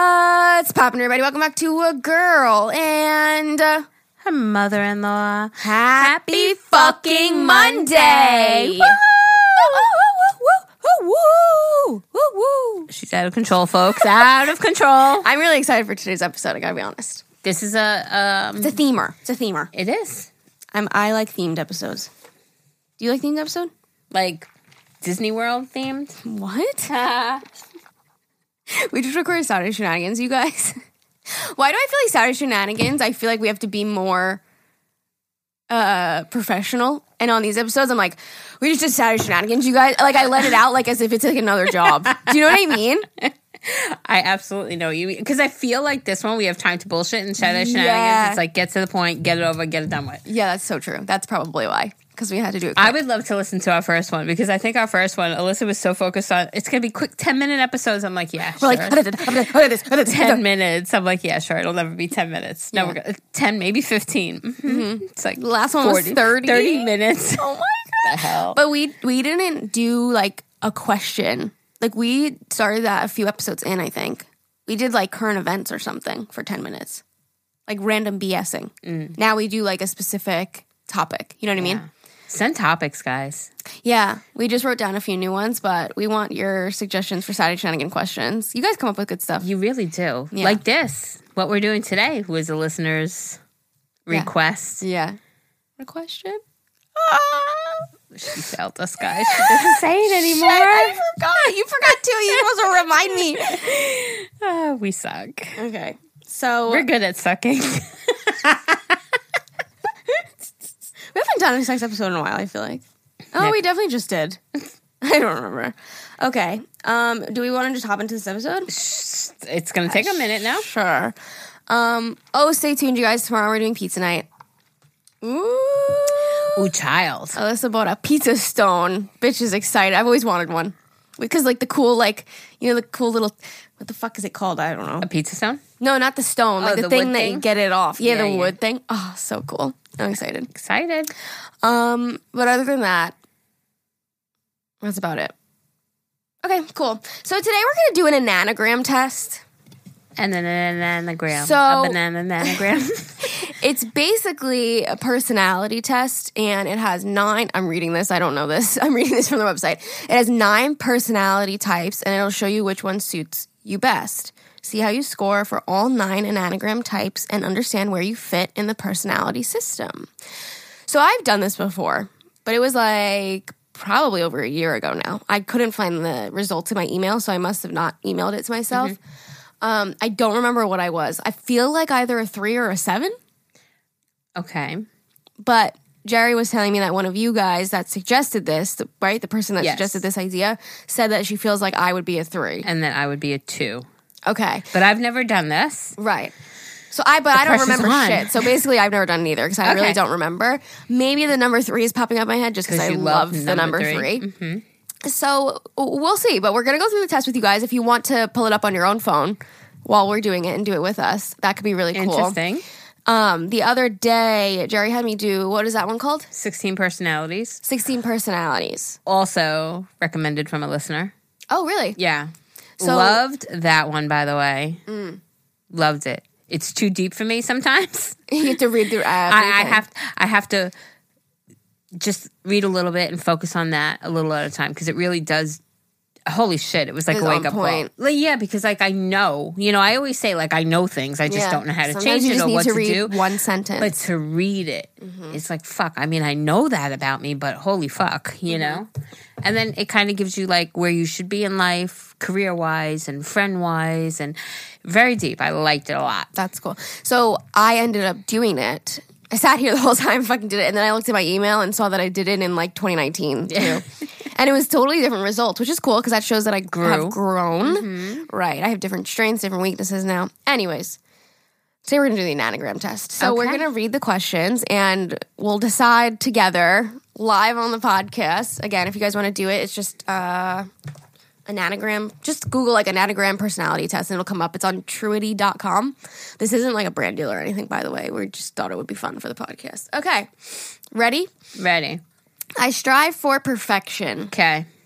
What's poppin', everybody? Welcome back to a girl and uh, her mother-in-law. happy fucking Monday. Woo! Woo, woo, woo, woo, woo, woo, woo. She's out of control, folks. out of control. I'm really excited for today's episode. I gotta be honest. This is a um. It's a themer. It's a themer. It is I'm, I like themed episodes. Do you like themed episode? like Disney World themed. What? we just recorded Saturday Shenanigans, you guys. Why do I feel like Saturday Shenanigans? I feel like we have to be more uh professional. And on these episodes, I'm like, we just did Saturday Shenanigans, you guys. Like I let it out like as if it's like another job. do you know what I mean? I absolutely know you because I feel like this one we have time to bullshit and shadow shenanigans. Yeah. It's like get to the point, get it over, get it done with. Yeah, that's so true. That's probably why. Because we had to do it. I quick. would love to listen to our first one because I think our first one, Alyssa was so focused on it's gonna be quick ten minute episodes. I'm like, yeah, We're sure. like, ten minutes. I'm like, yeah, sure, it'll never be ten minutes. No, Yeah. we're gonna, ten, maybe 15 Mm-hmm. It's like the last one was 30. 30 minutes. Oh my The hell? But we we didn't do like a question. Like we started that a few episodes in, I think. We did like current events or something for 10 minutes. Like random BSing. Now we do like a specific topic. You know what I mean? Send topics, guys. Yeah. We just wrote down a few new ones, but we want your suggestions for Saturday Shenanigan questions. You guys come up with good stuff. You really do. Yeah. Like this. What we're doing today was a listener's request. Yeah. Ah, A question? She failed us, guys. She doesn't say it anymore. I forgot. You forgot too. You supposed to remind me. Ah, we suck. Okay. So We're good at sucking. We haven't done a sex episode in a while, I feel like. Oh, we definitely just did. I don't remember. Okay. Um, do we want to just hop into this episode? it's going to take a minute now. Sure. Um, oh, stay tuned, you guys. Tomorrow we're doing pizza night. Ooh. Ooh, child. Alyssa bought a pizza stone. Bitch is excited. I've always wanted one. Because, like, the cool, like, you know, the cool little, what the fuck is it called? I don't know. A pizza stone? No, not the stone. Like, Oh, the, the thing wood that you thing? get it off. Yeah, Yeah, the yeah. wood thing. Oh, so cool. I'm excited. Excited. Um, but other than that, that's about it. Okay, cool. So today we're gonna do an ananagram test. And then an anagram. So- a banana anagram. It's basically a personality test, and it has nine. I'm reading this. I don't know this. I'm reading this from the website. It has nine personality types, and it'll show you which one suits you best. See how you score for all nine ananagram types, and understand where you fit in the personality system. So I've done this before, but it was like probably over a year ago now. I couldn't find the results in my email, so I must have not emailed it to myself. Um, I don't remember what I was. I feel like either a three or a seven. okay. But Jerry was telling me that one of you guys that suggested this, the- right? The person that Yes. suggested this idea said that she feels like I would be a three. And then I would be a two. Okay, But I've never done this. right. So I, but I don't pressure's remember on. shit. So basically, I've never done it either because I really Okay. don't remember. Maybe the number three is popping up in my head just because 'Cause I you love, love the number number 3 three. Mm-hmm. So w- we'll see. But we're gonna go through the test with you guys. If you want to pull it up on your own phone while we're doing it and do it with us, that could be really cool. Interesting. Um, the other day, Jerry had me do what is that one called? 16 personalities. Sixteen personalities. Also recommended from a listener. Oh, really? Yeah. So- Mm. Loved that one, by the way. Loved it. It's too deep for me sometimes. you have to read through. I, I everything. have I have to just read a little bit and focus on that a little at a time because it really does. Holy shit! It was like It's a on wake up point. point. Like, yeah, because like I know, you know, I always say like I know things. I just Yeah. don't know how to Sometimes change you it just or need what to to, read do. One sentence. But to read it, Mm-hmm. it's like fuck. I mean, I know that about me, but holy fuck, you Mm-hmm. know. And then it kind of gives you like where you should be in life, career wise and friend wise, and very deep. I liked it a lot. That's cool. So I ended up doing it. I sat here the whole time, fucking did it, and then I looked at my email and saw that I did it in like 2019 too, and it was totally different results, which is cool because that shows that I grew. have Grew. Mm-hmm. grown. Right, I have different strengths, different weaknesses now. Anyways, today we're gonna do the anagram test. So we're Okay. gonna read the questions and we'll decide together live on the podcast. Again, if you guys want to do it, it's just uh, an anagram. Just Google like an anagram personality test and it'll come up. It's on truity.com. This isn't like a brand deal or anything, by the way. We just thought it would be fun for the podcast. Okay. Ready? Ready? I strive for perfection. Okay.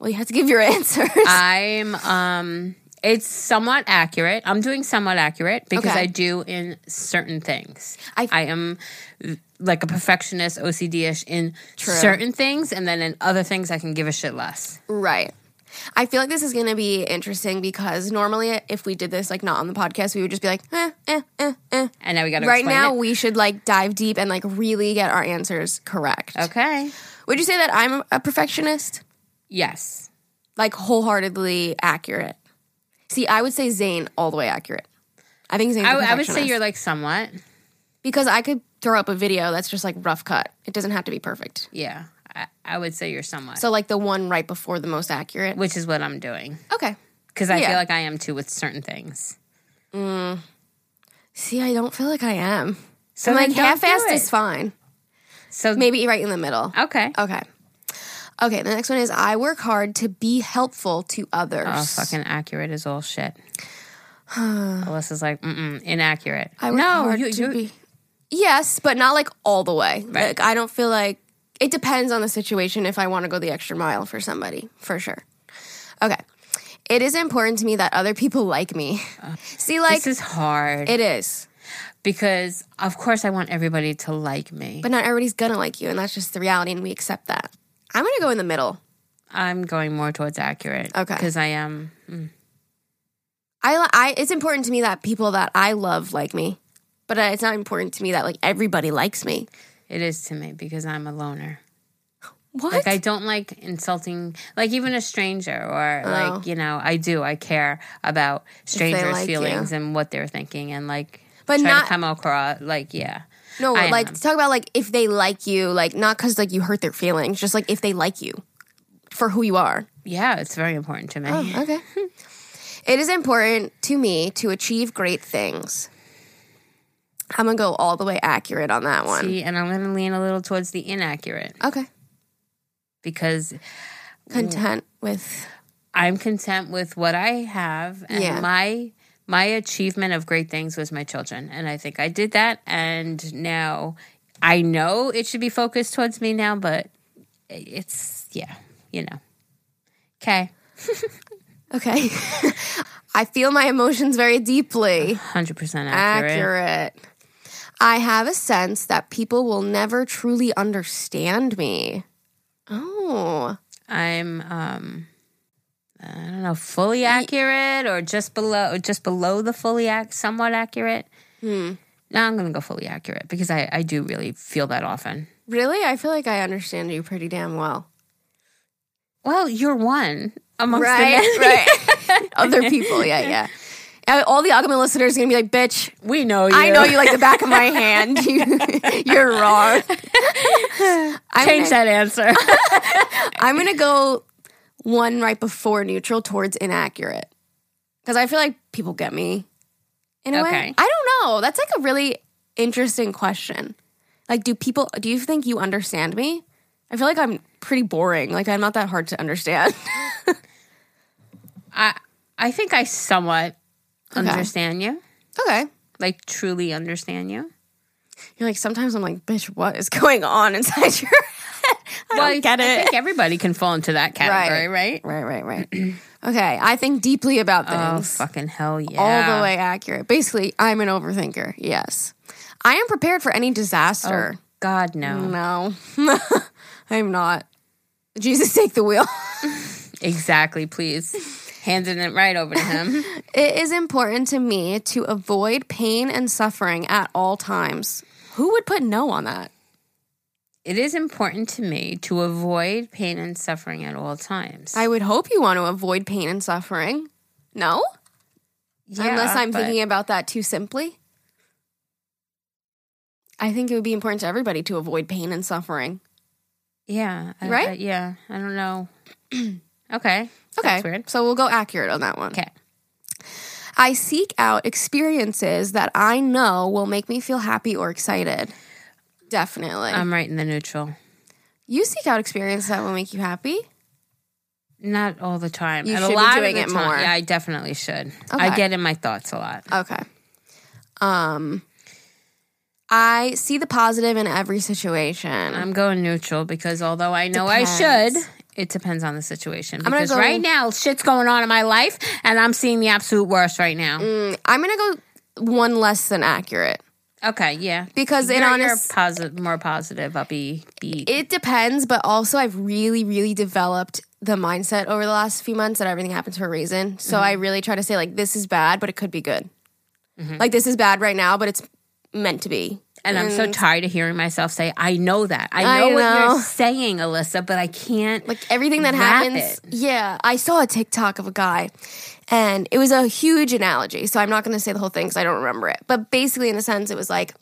Well, you have to give your answers. I'm um It's somewhat accurate. I'm doing somewhat accurate because Okay. I do in certain things. I- I, am uh, like a perfectionist, OCD ish in True. certain things, and then in other things, I can give a shit less. Right. I feel like this is going to be interesting because normally, if we did this like not on the podcast, we would just be like, eh, eh, eh, eh. And now we got to Right now, we should like dive deep and like really get our answers correct. Okay. Would you say that I'm a perfectionist? Yes. Like wholeheartedly accurate. See, I would say Zane all the way accurate. I think Zane's a I, I would say perfectionist. you're like somewhat. because I could throw up a video that's just like rough cut. It doesn't have to be perfect. Yeah. I, I would say you're somewhat, So like the one right before the most accurate. which is what I'm doing. Okay. Because I Yeah. feel like I am too with certain things. See, I don't feel like I am. So like then don't do half-assed it. is Oh, fine. So Maybe right in the middle. okay. Okay. Okay, the next one is I work hard to be helpful to others. Oh, fucking accurate is all shit. Alyssa's like, mm-mm, inaccurate. I work hard to be. Yes, but not like all the way. Like I don't feel like it depends on the situation if I want to go the extra mile for somebody, for sure. Okay. It is important to me that other people like me. See, like This is hard it is. because, of course, I want everybody to like me. But not everybody's gonna like you, and that's just the reality, and we accept that. I'm gonna go in the middle. I'm going more towards accurate. Okay. Because I am. mm. I, li- I it's important to me that people that I love like me, but uh, it's not important to me that like everybody likes me. It is to me because I'm a loner. What? Like, I don't like insulting, like, even a stranger, or, Oh. like, you know, I do. I care about strangers' like you. feelings and what they're thinking and, like, But try not- to come across, like, yeah. no, I like am. talk about like if they like you, like not because like you hurt their feelings, just like if they like you for who you are. Yeah, it's very important to me. Okay. it is important to me to achieve great things. I'm gonna go all the way accurate on that one. See, and I'm going to lean a little towards the inaccurate Okay. because Content with I'm content with what I have and Yeah. my my achievement of great things was my children and I think I did that and now I know it should be focused towards me now but it's yeah, you know. Okay. okay. I feel my emotions very deeply. 100% accurate. accurate. I have a sense that people will never truly understand me. Oh, I'm um I don't know, fully accurate or just below just below the fully ac- somewhat accurate. Hmm. No, I'm going to go fully accurate because I I do really feel that often. really? I feel like I understand you pretty damn well. Well, you're one amongst the many. right. Other people, yeah, yeah. Uh, All the Agama listeners are gonna be like, "Bitch, We know you. I know you like the back of my hand. You, you're wrong." I'm Change gonna, that answer. I'm gonna go one right before neutral towards inaccurate because I feel like people get me in a way. Okay. I don't know. That's like a really interesting question. Like, do people? Do you think you understand me? I feel like I'm pretty boring. Like, I'm not that hard to understand. I I think I somewhat understand you. okay. Like truly understand you. You're like sometimes I'm like, bitch, what is going on inside your head? I Well, don't get I it. think everybody can fall into that category, right? right, right, right. okay, I think deeply about Oh things. fucking hell yeah. all the way accurate. Basically, I'm an overthinker. Yes. I am prepared for any disaster. God Oh, no. No, I'm not. Jesus, take the wheel. Exactly, please. Handing it right over to him. it is important to me to avoid pain and suffering at all times. Who would put no on that? it is important to me to avoid pain and suffering at all times. I would hope you want to avoid pain and suffering. No? Yeah, Unless I'm but- thinking about that too simply. I think it would be important to everybody to avoid pain and suffering. Yeah. I- Right? I- yeah. I don't know. okay. Okay. That's weird. So we'll go accurate on that one. Okay. I seek out experiences that I know will make me feel happy or excited. Definitely. I'm right in the neutral. you seek out experiences that will make you happy. Not all the time. You And should a be lot doing of the it time- more. Yeah, I definitely should. Okay. I get in my thoughts a lot. Okay. Um I see the positive in every situation. Um, I'm going neutral because although I know I should, Depends. It depends on the situation. gonna Because go- right now, shit's going on in my life, and I'm seeing the absolute worst right now. I'm gonna go one less than accurate Okay, yeah. because it you're, honest, you're positive, more positive, uppy, be it depends. But also, I've really, really developed the mindset over the last few months that everything happens for a reason. So I really try to say like, this is bad, but it could be good. Like this is bad right now, but it's meant to be. and I'm so tired of hearing myself say, "I know that, I I know, what know. you're saying, Alyssa," but I can't. Like everything that Wrap happens. it. Yeah. I saw a TikTok of a guy and it was a huge analogy. So I'm not going to say the whole thing because I don't remember it. But basically, in a sense, it was like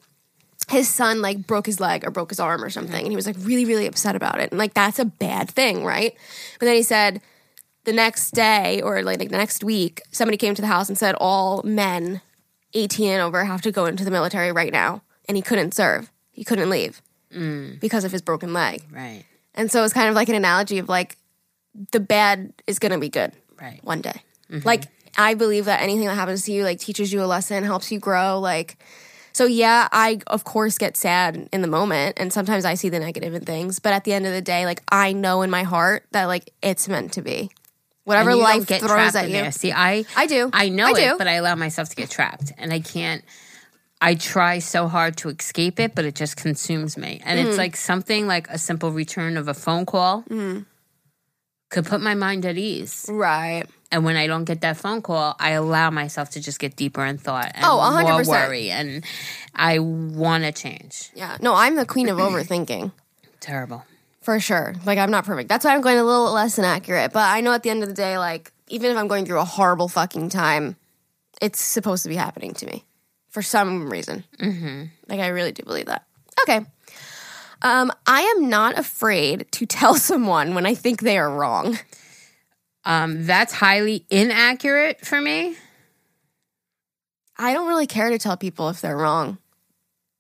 his son like broke his leg or broke his arm or something. And he was like really, really upset about it. And like, that's a bad thing, right? But then he said, the next day or like the next week, somebody came to the house and said, all men 18 and over have to go into the military right now. And he couldn't serve, he couldn't leave Mm. because of his broken leg. right, And so it's kind of like an analogy of like the bad is going to be good right, one day. Mm-hmm. Like I believe that anything that happens to you like teaches you a lesson, helps you grow like so yeah, I of course get sad in the moment and sometimes I see the negative in things, but at the end of the day like I know in my heart that like it's meant to be. Whatever And you life don't get throws trapped at in you. There. See, I, I do. I know I it, do. but I allow myself to get trapped, and I can't. I try so hard to escape it, but it just consumes me, and Mm. it's like something like a simple return of a phone call Mm. could put my mind at ease. Right. And when I don't get that phone call, I allow myself to just get deeper in thought and Oh, 100%. more worry, and I want to change. Yeah. No, I'm the queen of overthinking. Terrible. For sure. Like I'm not perfect. That's why I'm going a little less than accurate. But I know at the end of the day, like even if I'm going through a horrible fucking time, it's supposed to be happening to me for some reason. Mm-hmm. Like I really do believe that. Okay. Um, I am not afraid to tell someone when I think they are wrong. Um, that's highly inaccurate for me. I don't really care to tell people if they're wrong.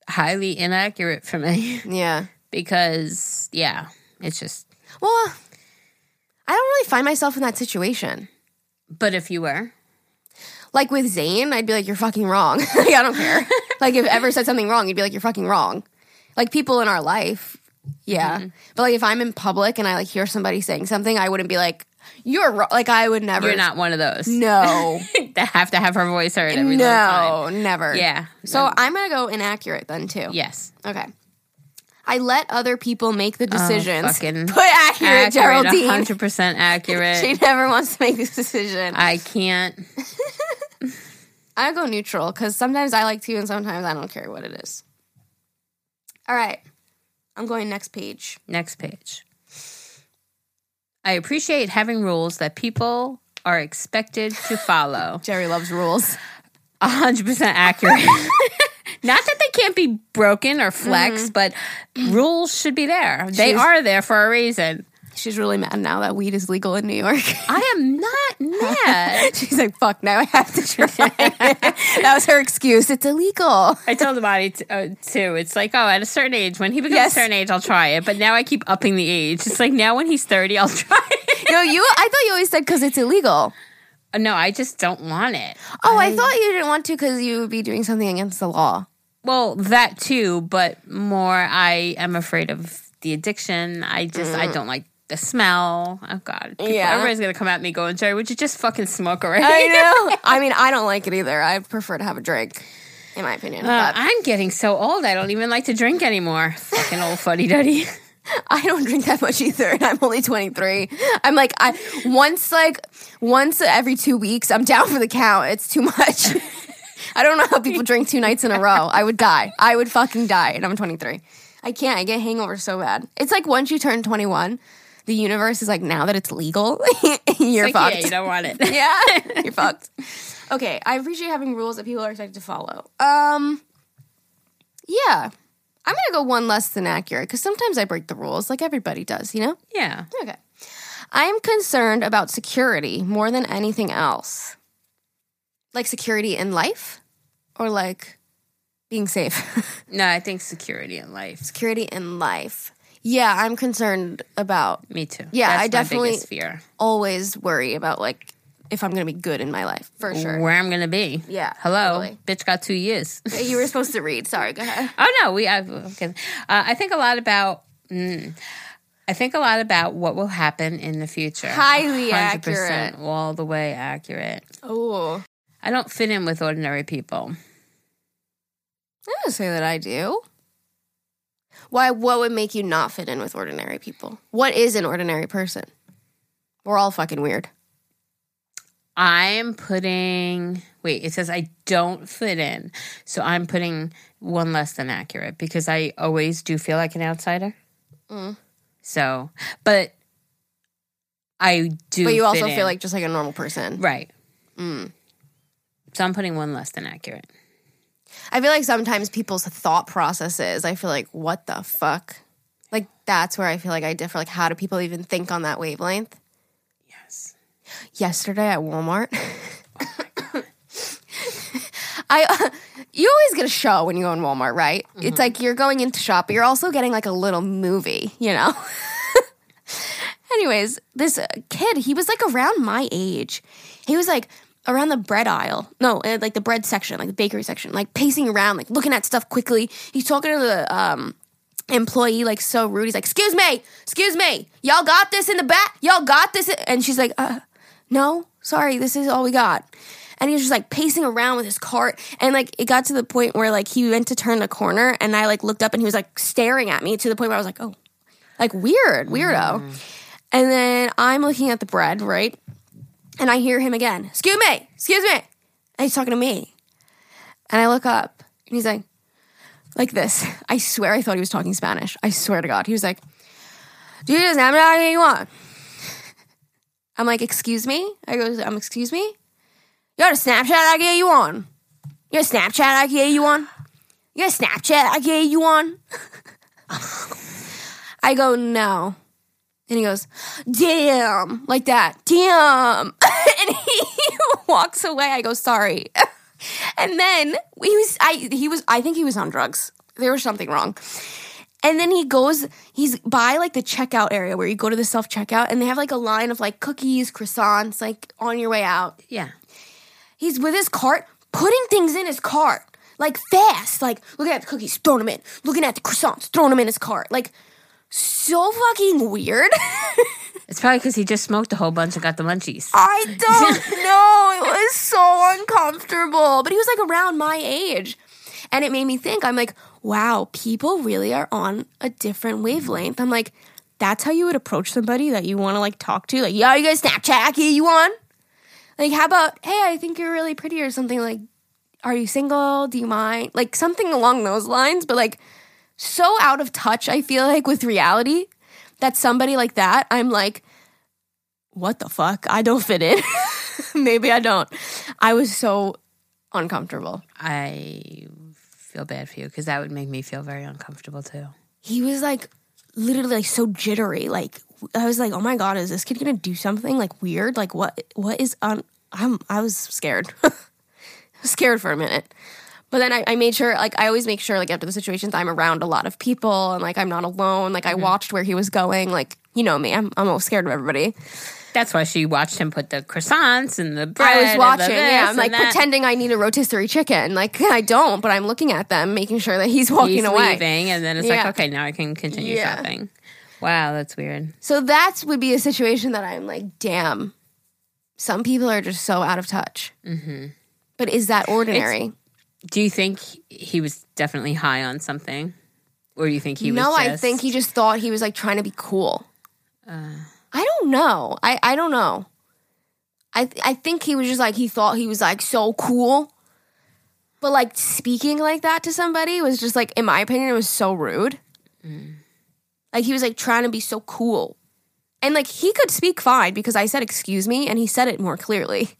Highly inaccurate for me Yeah. because yeah, it's just. Well, I don't really find myself in that situation. But if you were, Like with Zayn, I'd be like, "You're fucking wrong." like I don't care. like if ever said something wrong, you'd be like, "You're fucking wrong." Like people in our life, yeah. Mm-hmm. But like if I'm in public and I like hear somebody saying something, I wouldn't be like, "You're wrong." Like I would never. you're not one of those No. that have to have her voice heard every little time. no. Never. Yeah. So I'm gonna go inaccurate then too. Yes. Okay. I let other people make the Oh, decisions. fucking Put accurate, Geraldine. Hundred percent accurate. She never wants to make this decision. I can't. I go neutral because sometimes I like to and sometimes I don't care what it is. All right. I'm going next page. Next page. I appreciate having rules that people are expected to follow. Jerry loves rules. hundred percent accurate. Not that they can't be broken or flexed, but rules should be there. they Mm-hmm. She's- are there for a reason. She's really mad now that weed is legal in New York. I am not mad. She's like, fuck, now I have to try. it." that was her excuse. It's illegal. I told the body t- uh, too. It's like, oh, at a certain age, when he becomes Yes. a certain age, I'll try it. But now I keep upping the age. It's like now when he's thirty, I'll try it. No, you, I thought you always said because it's illegal. no, I just don't want it. Oh, I, thought you didn't want to because you would be doing something against the law. Well, that too, but more, I am afraid of the addiction. I just, I don't like the smell. Oh God, People- Mm. Yeah. everybody's gonna come at me going, Jerry, would you just fucking smoke already? know. I mean, I don't like it either. I prefer to have a drink, in my opinion. Uh, but I'm getting so old. I don't even like to drink anymore. Fucking old fuddy duddy. I don't drink that much either, and I'm only 23. I'm like, I once like once every two weeks, I'm down for the count. It's too much. I don't know how people drink two nights in a row. I would die. I would fucking die, and I'm 23. I can't. I get hangovers so bad. It's like once you turn 21, the universe is like, now that it's legal, you're Like, fucked. yeah, you don't want it. Yeah, you're fucked. Okay, I appreciate having rules that people are expected to follow. Um, yeah, I'm gonna go one less than accurate because sometimes I break the rules, like everybody does, you know. yeah. Okay, I am concerned about security more than anything else, like security in life, or like being safe. No, I think security in life. security in life. Yeah, I'm concerned about Me too. Yeah, That's I my definitely- biggest fear. always worry about like if I'm gonna be good in my life for sure. where I'm gonna be. Yeah, Hello, totally. bitch. Got two years. You were supposed to read. Sorry, go ahead. oh no, we. I, okay. uh, I think a lot about. Mm, I think a lot about what will happen in the future. Highly 100% accurate. All the way accurate. Oh, I don't fit in with ordinary people. I didn't say that I do. Why? What would make you not fit in with ordinary people? What is an ordinary person? We're all fucking weird. I'm putting, wait, it says I don't fit in. So I'm putting one less than accurate because I always do feel like an outsider. Mm. So, but I do. But you also fit in. feel like just like a normal person. Right. Mm. So I'm putting one less than accurate. I feel like sometimes people's thought processes, I feel like, what the fuck? Like, that's where I feel like I differ. Like, how do people even think on that wavelength? Yes. yesterday at Walmart. I, you always get a show when you go in Walmart, right? It's like you're going into shop, but you're also getting like a little movie, you know. Anyways, this uh, kid, he was like around my age. He was like around the bread aisle, no, uh, like the bread section, like the bakery section, like pacing around, like looking at stuff quickly. He's talking to the um, employee like so rude. He's like, "Excuse me, excuse me, y'all got this in the back? Y'all got this?" in-" And she's like, uh, "No, sorry, this is all we got." And he was just like pacing around with his cart, and like it got to the point where like he went to turn the corner, and I like looked up, and he was like staring at me to the point where I was like, "Oh, like weird, weirdo." And then I'm looking at the bread, right? And I hear him again, "Excuse me, excuse me," and he's talking to me, and I look up, and he's like like this. I swear I thought he was talking Spanish. I swear to God. He was like, Do you just have anything you want? I'm like, excuse me? I goes, um, excuse me? You got a Snapchat I gave you on? You got a Snapchat I gave you on? You got a Snapchat I gave you on? I go, no. And he goes, damn, like that, damn. and he walks away. I go, sorry. and then he was, I, he was, I think he was on drugs. There was something wrong. And then he goes, he's by like the checkout area where you go to the self checkout and they have like a line of like cookies, croissants, like on your way out. Yeah. He's with his cart, putting things in his cart, like fast, like looking at the cookies, throwing them in, looking at the croissants, throwing them in his cart. Like, so fucking weird. It's probably because he just smoked a whole bunch and got the munchies. I don't know. It was so uncomfortable. But he was like around my age. And it made me think, I'm like, wow, people really are on a different wavelength. I'm like, that's how you would approach somebody that you want to like talk to. Like, yo, you guys Snapchat here, you on? Like, how about, hey, I think you're really pretty or something like, are you single? Do you mind? Like something along those lines, but like so out of touch, I feel like, with reality that somebody like that, I'm like, what the fuck? I don't fit in. Maybe I don't. I was so uncomfortable. I feel bad for you because that would make me feel very uncomfortable too. He was like literally like so jittery. Like I was like, "Oh my god, is this kid going to do something like weird? Like what what is on I'm I was scared. scared for a minute. But then I, I made sure, like, I always make sure, like, after the situations, I'm around a lot of people and, like, I'm not alone. Like, I watched where he was going. Like, you know me, I'm, I'm all scared of everybody. That's why she watched him put the croissants and the bread. I was and the watching. Yeah, this I'm like and that. pretending I need a rotisserie chicken. Like I don't, but I'm looking at them, making sure that he's walking He's away. leaving, and then it's Yeah. like, okay, now I can continue Yeah. shopping. Wow, that's weird. So that would be a situation that I'm like, damn. Some people are just so out of touch. Mm-hmm. But is that ordinary? Do you think he was definitely high on something, or do you think he was? no, I just- think he just thought he was like trying to be cool. I don't know. I I don't know. I th- I think he was just like he thought he was like so cool. But like speaking like that to somebody was just like in my opinion it was so rude. Mm. Like he was like trying to be so cool. And like he could speak fine because I said excuse me and he said it more clearly.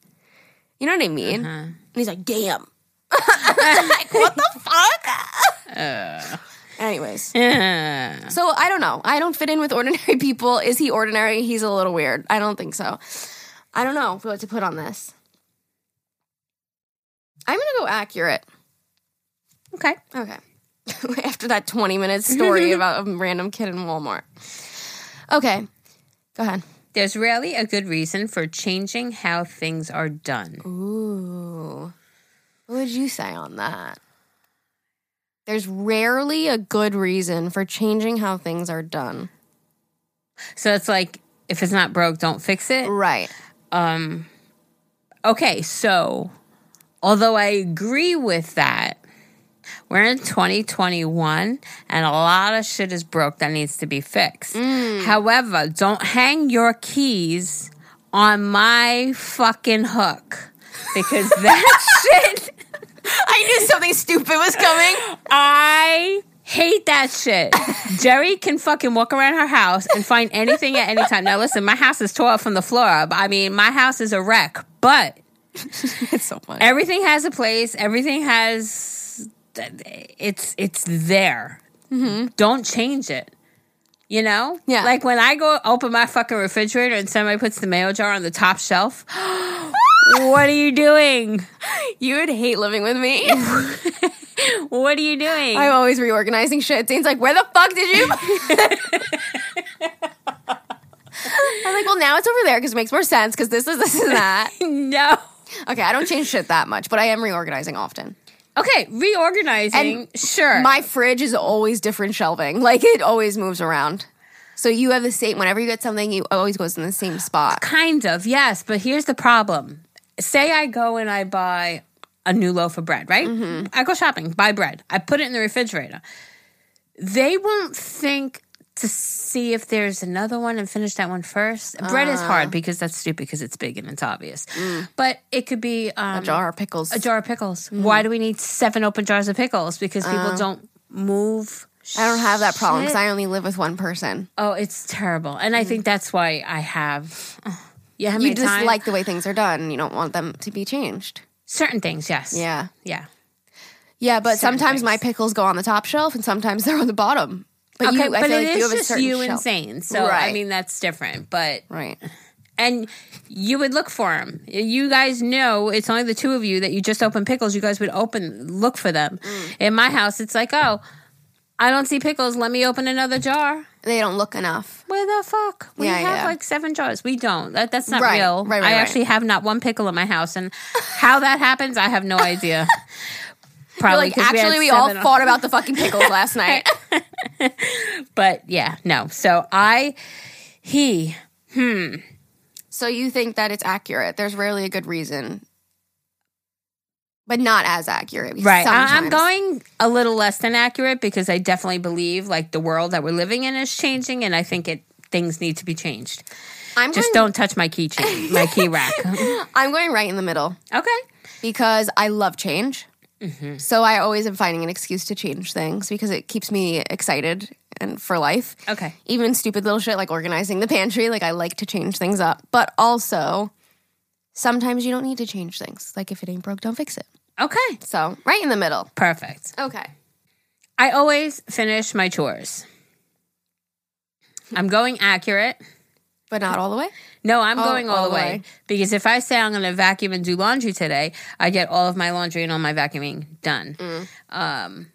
You know what I mean? Uh-huh. And he's like, "Damn." like what the fuck? Uh. Anyways, Yeah. so I don't know. I don't fit in with ordinary people. Is he ordinary? He's a little weird. I don't think so. I don't know what to put on this. I'm gonna go accurate. Okay. Okay. After that 20 minute story about a random kid in Walmart. Okay. Go ahead. There's rarely a good reason for changing how things are done. Ooh. What would you say on that? There's rarely a good reason for changing how things are done. So it's like if it's not broke, don't fix it. Right. Okay, so although I agree with that, we're in 2021 and a lot of shit is broke that needs to be fixed. However, don't hang your keys on my fucking hook because that shit, I knew something stupid was coming. I hate that shit. Jerry can fucking walk around her house and find anything at any time. Now, listen, my house is tore up from the floor up. I mean, my house is a wreck, but it's so funny. everything has a place everything has it's it's there don't change it you know Mm-hmm. Yeah. like when i go open my fucking refrigerator and somebody puts the mail jar on the top shelf what are you doing You would hate living with me. what are you doing I'm always reorganizing shit. Zane's like, where the fuck did you? I'm like, well, now it's over there because it makes more sense because this is this is that. no Okay, I don't change shit that much, but I am reorganizing often. okay reorganizing sure My fridge is always different shelving. Like it always moves around. So you have the same whenever you get something, you it always goes in the same spot. Kind of, yes. But here's the problem. Say I go and I buy a new loaf of bread, right? Mm-hmm. I go shopping, buy bread. I put it in the refrigerator. They won't think to see if there's another one and finish that one first. Bread is Ah. hard because that's stupid because it's big and it's obvious. But it could be um, Mm. Jar Mm. of pickles. a jar of pickles. Why do we need seven open jars of pickles? Because people Ah. don't move. I don't have that problem shit. because I only live with one person. Oh, it's terrible. And I think that's why I have. Yeah, how many Mm. You just times- like the way things are done. and You don't want them to be changed. certain things, yes. Yeah. Yeah. Yeah, but Certain things. sometimes my pickles go on the top shelf and sometimes they're on the bottom. But okay, you, I but feel it like you is have a just certain you shelf. insane. So I Right. mean that's different. But Right. and you would look for them. You guys know it's only the two of you that you just open pickles. You guys would open look for them. Mm. In my house, it's like oh, I don't see pickles. Let me open another jar. They don't look enough. Where the fuck? We Yeah, have yeah. like seven jars. We don't. That, that's not Right, real. right, right, I right. actually have not one pickle in my house, and how that happens, I have no idea. Probably Like 'cause had actually, we, all seven on- fought about the fucking pickles last night. But yeah, no. So I, he, So you think that it's accurate? There's rarely a good reason, but not as accurate. because Right. I- I'm sometimes- going a little less than accurate because I definitely believe like the world that we're living in is changing and I think it things need to be changed. I'm Just going, don't touch my keychain, my key rack. okay. I'm going right in the middle because I love change. Mm-hmm. So I always am finding an excuse to change things because it keeps me excited and for life. Okay. Even stupid little shit like organizing the pantry, like I like to change things up. But also, sometimes you don't need to change things. Like if it ain't broke, don't fix it. Okay. So, right in the middle. Perfect. Okay. I always finish my chores. I'm going accurate. But not all the way. No, I'm Oh, going all, the way. because if I say I'm going to vacuum and do laundry today, I get all of my laundry and all my vacuuming done. Mm. Um,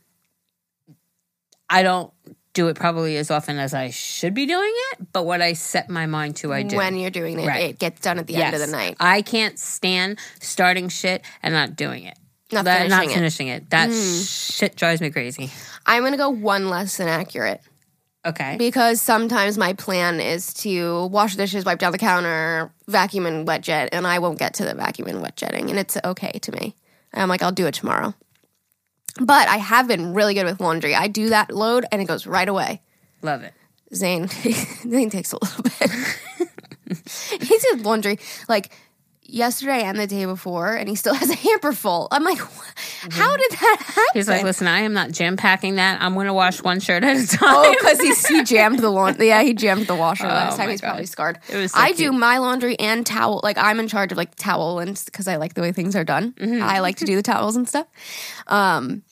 I don't do it probably as often as I should be doing it, but what I set my mind to, I do. When you're doing it, Right. it gets done at the end of the night. I can't stand starting shit and not doing it. Not That- finishing it. Mm. finishing it. That shit drives me crazy. I'm going to go one less than accurate Okay. because sometimes my plan is to wash the dishes, wipe down the counter, vacuum and wet jet, and I won't get to the vacuum and wet jetting, and it's okay to me. And I'm like, I'll do it tomorrow. But I have been really good with laundry. I do that load and it goes right away. Love it. Zane, Zane takes a little bit. he did laundry like yesterday and the day before, and he still has a hamper full. I'm like, "Wha- how did that happen? Mhm. He's like, listen, I am not jam packing that. I'm going to wash one shirt at a time. Oh, because he, he jammed the laundry. Yeah, he jammed the washer last time. Oh my He's God. probably scarred. It was so I cute. do my laundry and towel. Like I'm in charge of like towel and because I like the way things are done. Mm-hmm. I like to do the towels and stuff. Um,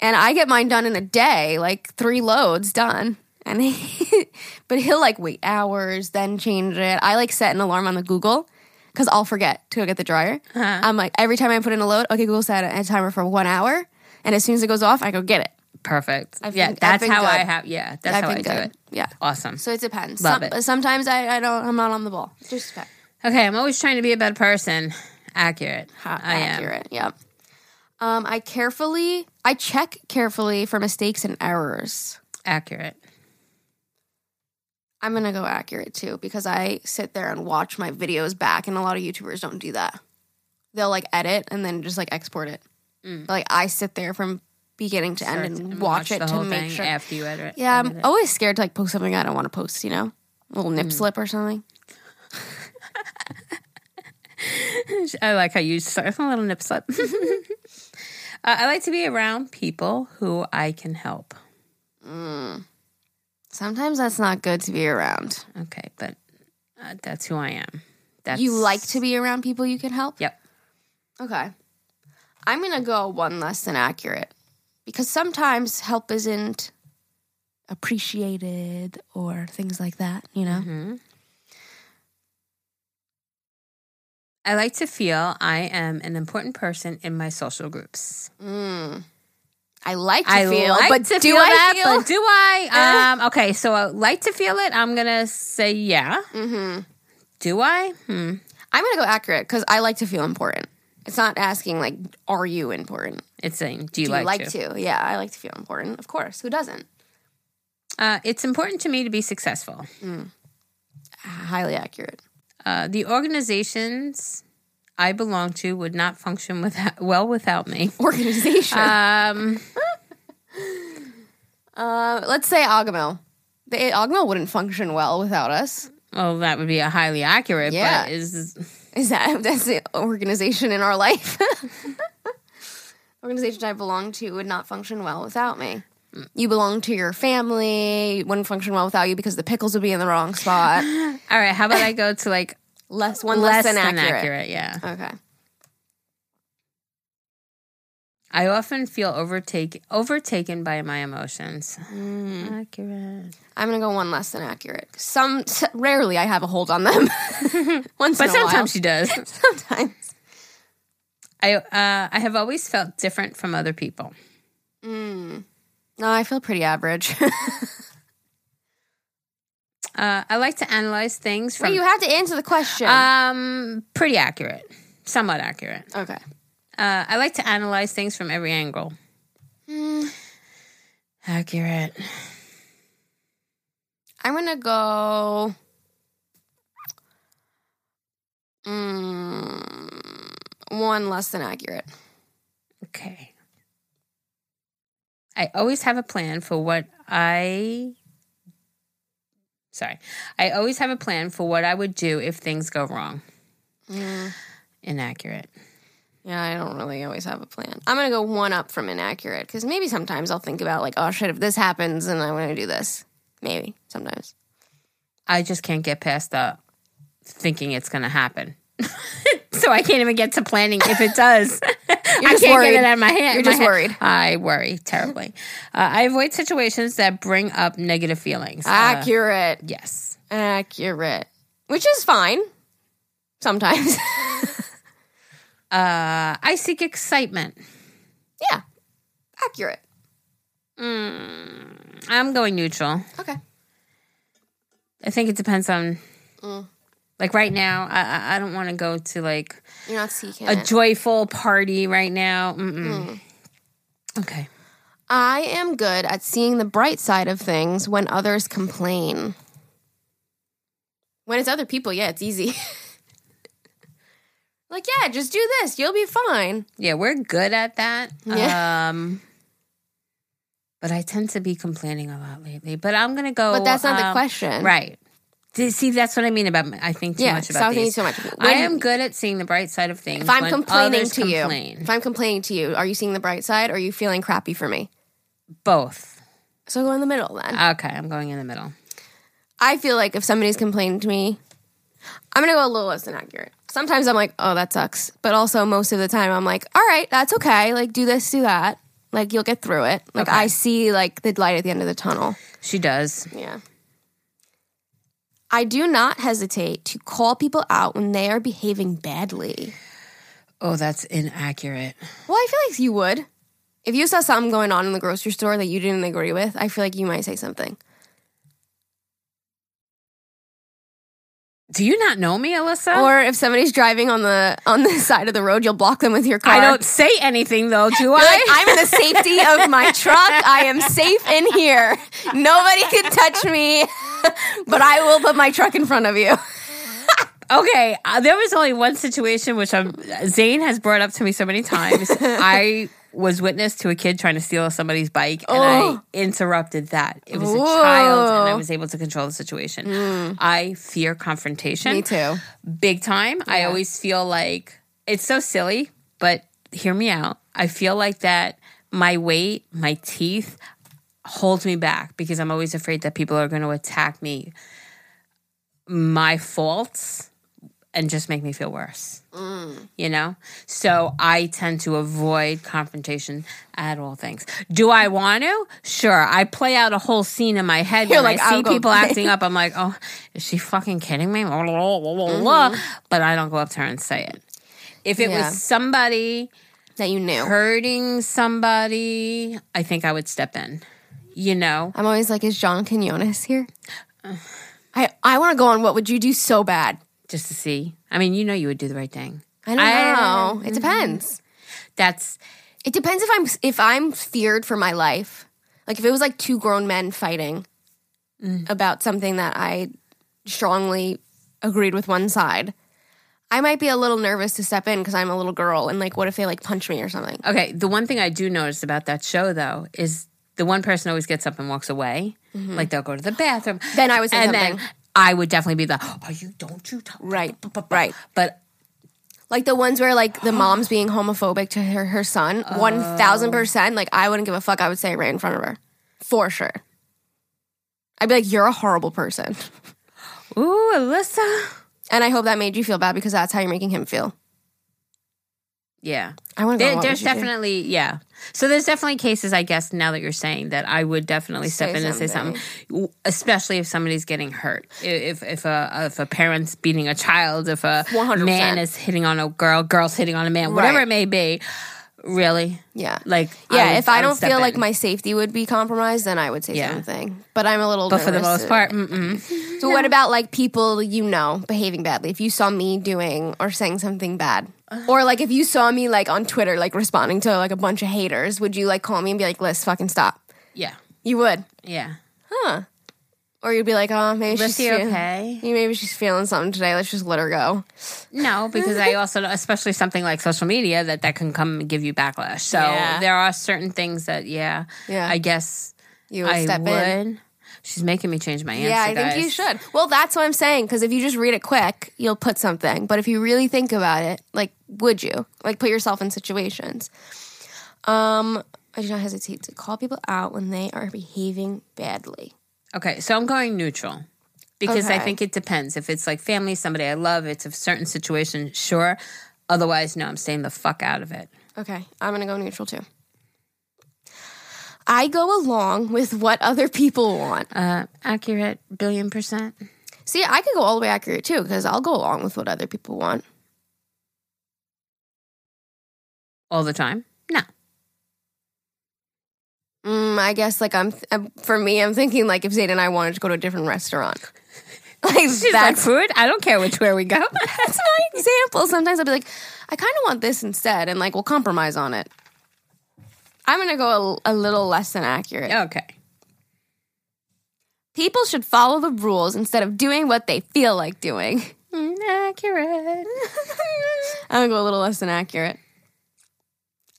and I get mine done in a day, like three loads done. And he, but he'll like wait hours, then change it. I like set an alarm on the Google because I'll forget to go get the dryer. Uh-huh. I'm like every time I put in a load, okay, Google set a timer for one hour, and as soon as it goes off, I go get it. Perfect. I've yeah, been- I've that's been how I good. have. Yeah, that's I've how I been do good. it. Yeah. Awesome. So it depends. Love Some- it. but Sometimes I, I don't. I'm not on the ball. Just fact. Okay, I'm always trying to be a better person. Accurate. I am. accurate. Yep. Um, I carefully. I check carefully for mistakes and errors. Accurate. I'm gonna go accurate too because I sit there and watch my videos back, and a lot of YouTubers don't do that. They'll like edit and then just like export it. Mm. But, like I sit there from beginning to end Start and, and watch, it the to whole make thing sure. after you edit. Yeah, I'm edit it. always scared to like post something I don't want to post. You know, a little Mm. nip slip or something. I like how you start a little nip slip. uh, I like to be around people who I can help. Sometimes that's not good to be around. Okay, but uh, that's who I am. That's You like to be around people you can help. Yep. Okay. I'm going to go one less than accurate because sometimes help isn't appreciated or things like that, you know? hmm I like to feel I am an important person in my social groups. Mm. I like to I feel, like but to do feel I that, feel? Uh, but do I? Um, okay, so I like to feel it. I'm gonna say yeah. hmm Do I? Hmm. I'm going to go accurate because I like to feel important. It's not asking, like, are you important? It's saying, do you, Do like, you like to? to? Yeah, I like to feel important. Of course. Who doesn't? Uh, it's important to me to be successful. Ah, Highly accurate. Uh, the organizations I belong to would not function without, well without me. Organization. Um, Uh, let's say Ogmil. They, Ogmil wouldn't function well without us. well, that would be a highly accurate, Yeah. but is Is that that's the organization in our life? Organizations I belong to would not function well without me. You belong to your family. it Wouldn't function well without you because the pickles would be in the wrong spot. all right. How about I go to like Less one less, less, than, accurate. accurate. Yeah. Okay. I often feel overtake overtaken by my emotions. Mm. Accurate. I'm gonna go one less than accurate. Some s- rarely I have a hold on them. Once, But in a while. sometimes she does. sometimes. I uh, I have always felt different from other people. No, I feel pretty average. Uh, I like to analyze things Wait, from you have to answer the question. um pretty accurate, somewhat accurate. okay. Uh, I like to analyze things from every angle. Hmm. Accurate. I'm gonna go. Mm, one less than accurate. Okay. I always have a plan for what I. Sorry. I always have a plan for what I would do if things go wrong. Hmm. Inaccurate. Yeah, I don't really always have a plan. I'm gonna go one up from inaccurate because maybe sometimes I'll think about like, oh shit, if this happens, then I'm gonna do this. Maybe sometimes. I just can't get past the thinking it's going to happen. so I can't even get to planning if it does. I just can't worried. get it out of my hand. You're my just head. worried. I worry terribly. uh, I avoid situations that bring up negative feelings. Uh, Accurate, yes. accurate, which is fine sometimes. Uh, I seek excitement. yeah, accurate. I'm going neutral. Okay. I think it depends on. Mm. Like right now, I I- I don't want to go to like You're not seeking. a it. joyful party right now. Mm-mm. Mm. Okay, I am good at seeing the bright side of things when others complain. When it's other people, yeah, it's easy. like, yeah, just do this. You'll be fine. yeah, we're good at that. Yeah. Um, but I tend to be complaining a lot lately. But I'm gonna go. But that's not the um, question. right? Th- See, that's what I mean about. my- I think too Yeah, much stop about thinking these. too much. I When- am good at seeing the bright side of things. If I'm when complaining others to complain. you, if I'm complaining to you, are you seeing the bright side or are you feeling crappy for me? both. So go in the middle then. Okay, I'm going in the middle. I feel like if somebody's complaining to me, I'm gonna go a little less than accurate. Sometimes I'm like, oh, that sucks. But also, most of the time, I'm like, all right, that's okay. Like, do this, do that. Like, you'll get through it. Like, Okay. I see like the light at the end of the tunnel. She does. Yeah. I do not hesitate to call people out when they are behaving badly. Oh, that's inaccurate. Well, I feel like you would. If you saw something going on in the grocery store that you didn't agree with, I feel like you might say something. Do you not know me, Alyssa? Or if somebody's driving on the on the side of the road, you'll block them with your car. I don't say anything though, do You're like, I? I'm in the safety of my truck. I am safe in here. Nobody can touch me. but I will put my truck in front of you. Okay, uh, there was only one situation which I'm Zane has brought up to me so many times. I was witness to a kid trying to steal somebody's bike, and Oh. I interrupted that. It was Whoa. Mm. a child, and I was able to control the situation. I fear confrontation. Me too. Big time. I always feel like it's so silly, but hear me out. I feel like that my weight, my teeth holds me back because I'm always afraid that people are going to attack me, my faults, and just make me feel worse. Mm. You know? So I tend to avoid confrontation at all things. Do I want to? Sure. I play out a whole scene in my head You're when like, I I'll see go people play. acting up. I'm like, oh, is she fucking kidding me? Blah, blah, blah, blah, blah. But I don't go up to her and say it. If it Mm-hmm. Yeah. was somebody That you knew. hurting somebody, I think I would step in. You know? I'm always like, is John Quinones here? I, I want to go on what would you do so bad? just to see. I mean, you know, you would do the right thing. I don't know. it depends. That's It depends if I'm if I'm feared for my life. Like if it was like two grown men fighting about something that I strongly agreed with one side, I might be a little nervous to step in because I'm a little girl and like what if they like punch me or something? okay. The one thing I do notice about that show, though, is the one person always gets up and walks away. Like they'll go to the bathroom. Mm-hmm. Then I would say and something. then I would definitely be the, oh, you don't you talk. Right. Right. But Like the ones where like the mom's being homophobic to her, her son, one thousand percent. Like I wouldn't give a fuck. I would say it right in front of her, for sure. I'd be like, "You're a horrible person," ooh, Alyssa. and I hope that made you feel bad because that's how you're making him feel. Yeah. I want to. There, there's definitely yeah. So there's definitely cases, I guess, now that you're saying that, I would definitely step Say in and say something. something, w- especially if somebody's getting hurt. I- If if a if a parent's beating a child, if a 100%. man is hitting on a girl, girls hitting on a man, whatever Right. it may be. Really, Yeah. like Yeah, would- if I would don't step feel like in. my safety would be compromised, then I would say Yeah. something. But I'm a little. but for the nervous most to- part, mm-mm. So what about like people you know behaving badly? If you saw me doing or saying something bad, or like if you saw me like on Twitter like responding to like a bunch of haters, would you like call me and be like, "Let's fucking stop"? yeah, You would, yeah. or you'd be like, "Oh, maybe Was she's he feel- okay? Yeah, Maybe she's feeling something today. Let's just let her go." No, because I also, know- especially something like social media, that that can come and give you backlash. So Yeah. there are certain things that, yeah, Yeah. I guess You would I step in. would. She's making me change my answer. Yeah, I think you guys. should. Well, that's what I'm saying. Because if you just read it quick, you'll put something. But if you really think about it, like, would you like put yourself in situations? Um, I do not hesitate to call people out when they are behaving badly. Okay, so I'm going neutral because I Okay. think it depends. If it's like family, somebody I love, it's a certain situation, sure. Otherwise, no, I'm staying the fuck out of it. Okay, I'm gonna go neutral too. I go along with what other people want. Uh, accurate, billion percent. See, I could go all the way accurate too, because I'll go along with what other people want. All the time? No. Mm, I guess like I'm, I'm for me, I'm thinking like if Zayd and I wanted to go to a different restaurant, like She's like, that's food? I don't care which where we go. that's my example. Sometimes I'll be like, I kind of want this instead, and like we'll compromise on it. I'm gonna go a, a little less than accurate. okay. People should follow the rules instead of doing what they feel like doing. Mm, Accurate. I'm gonna go a little less than accurate.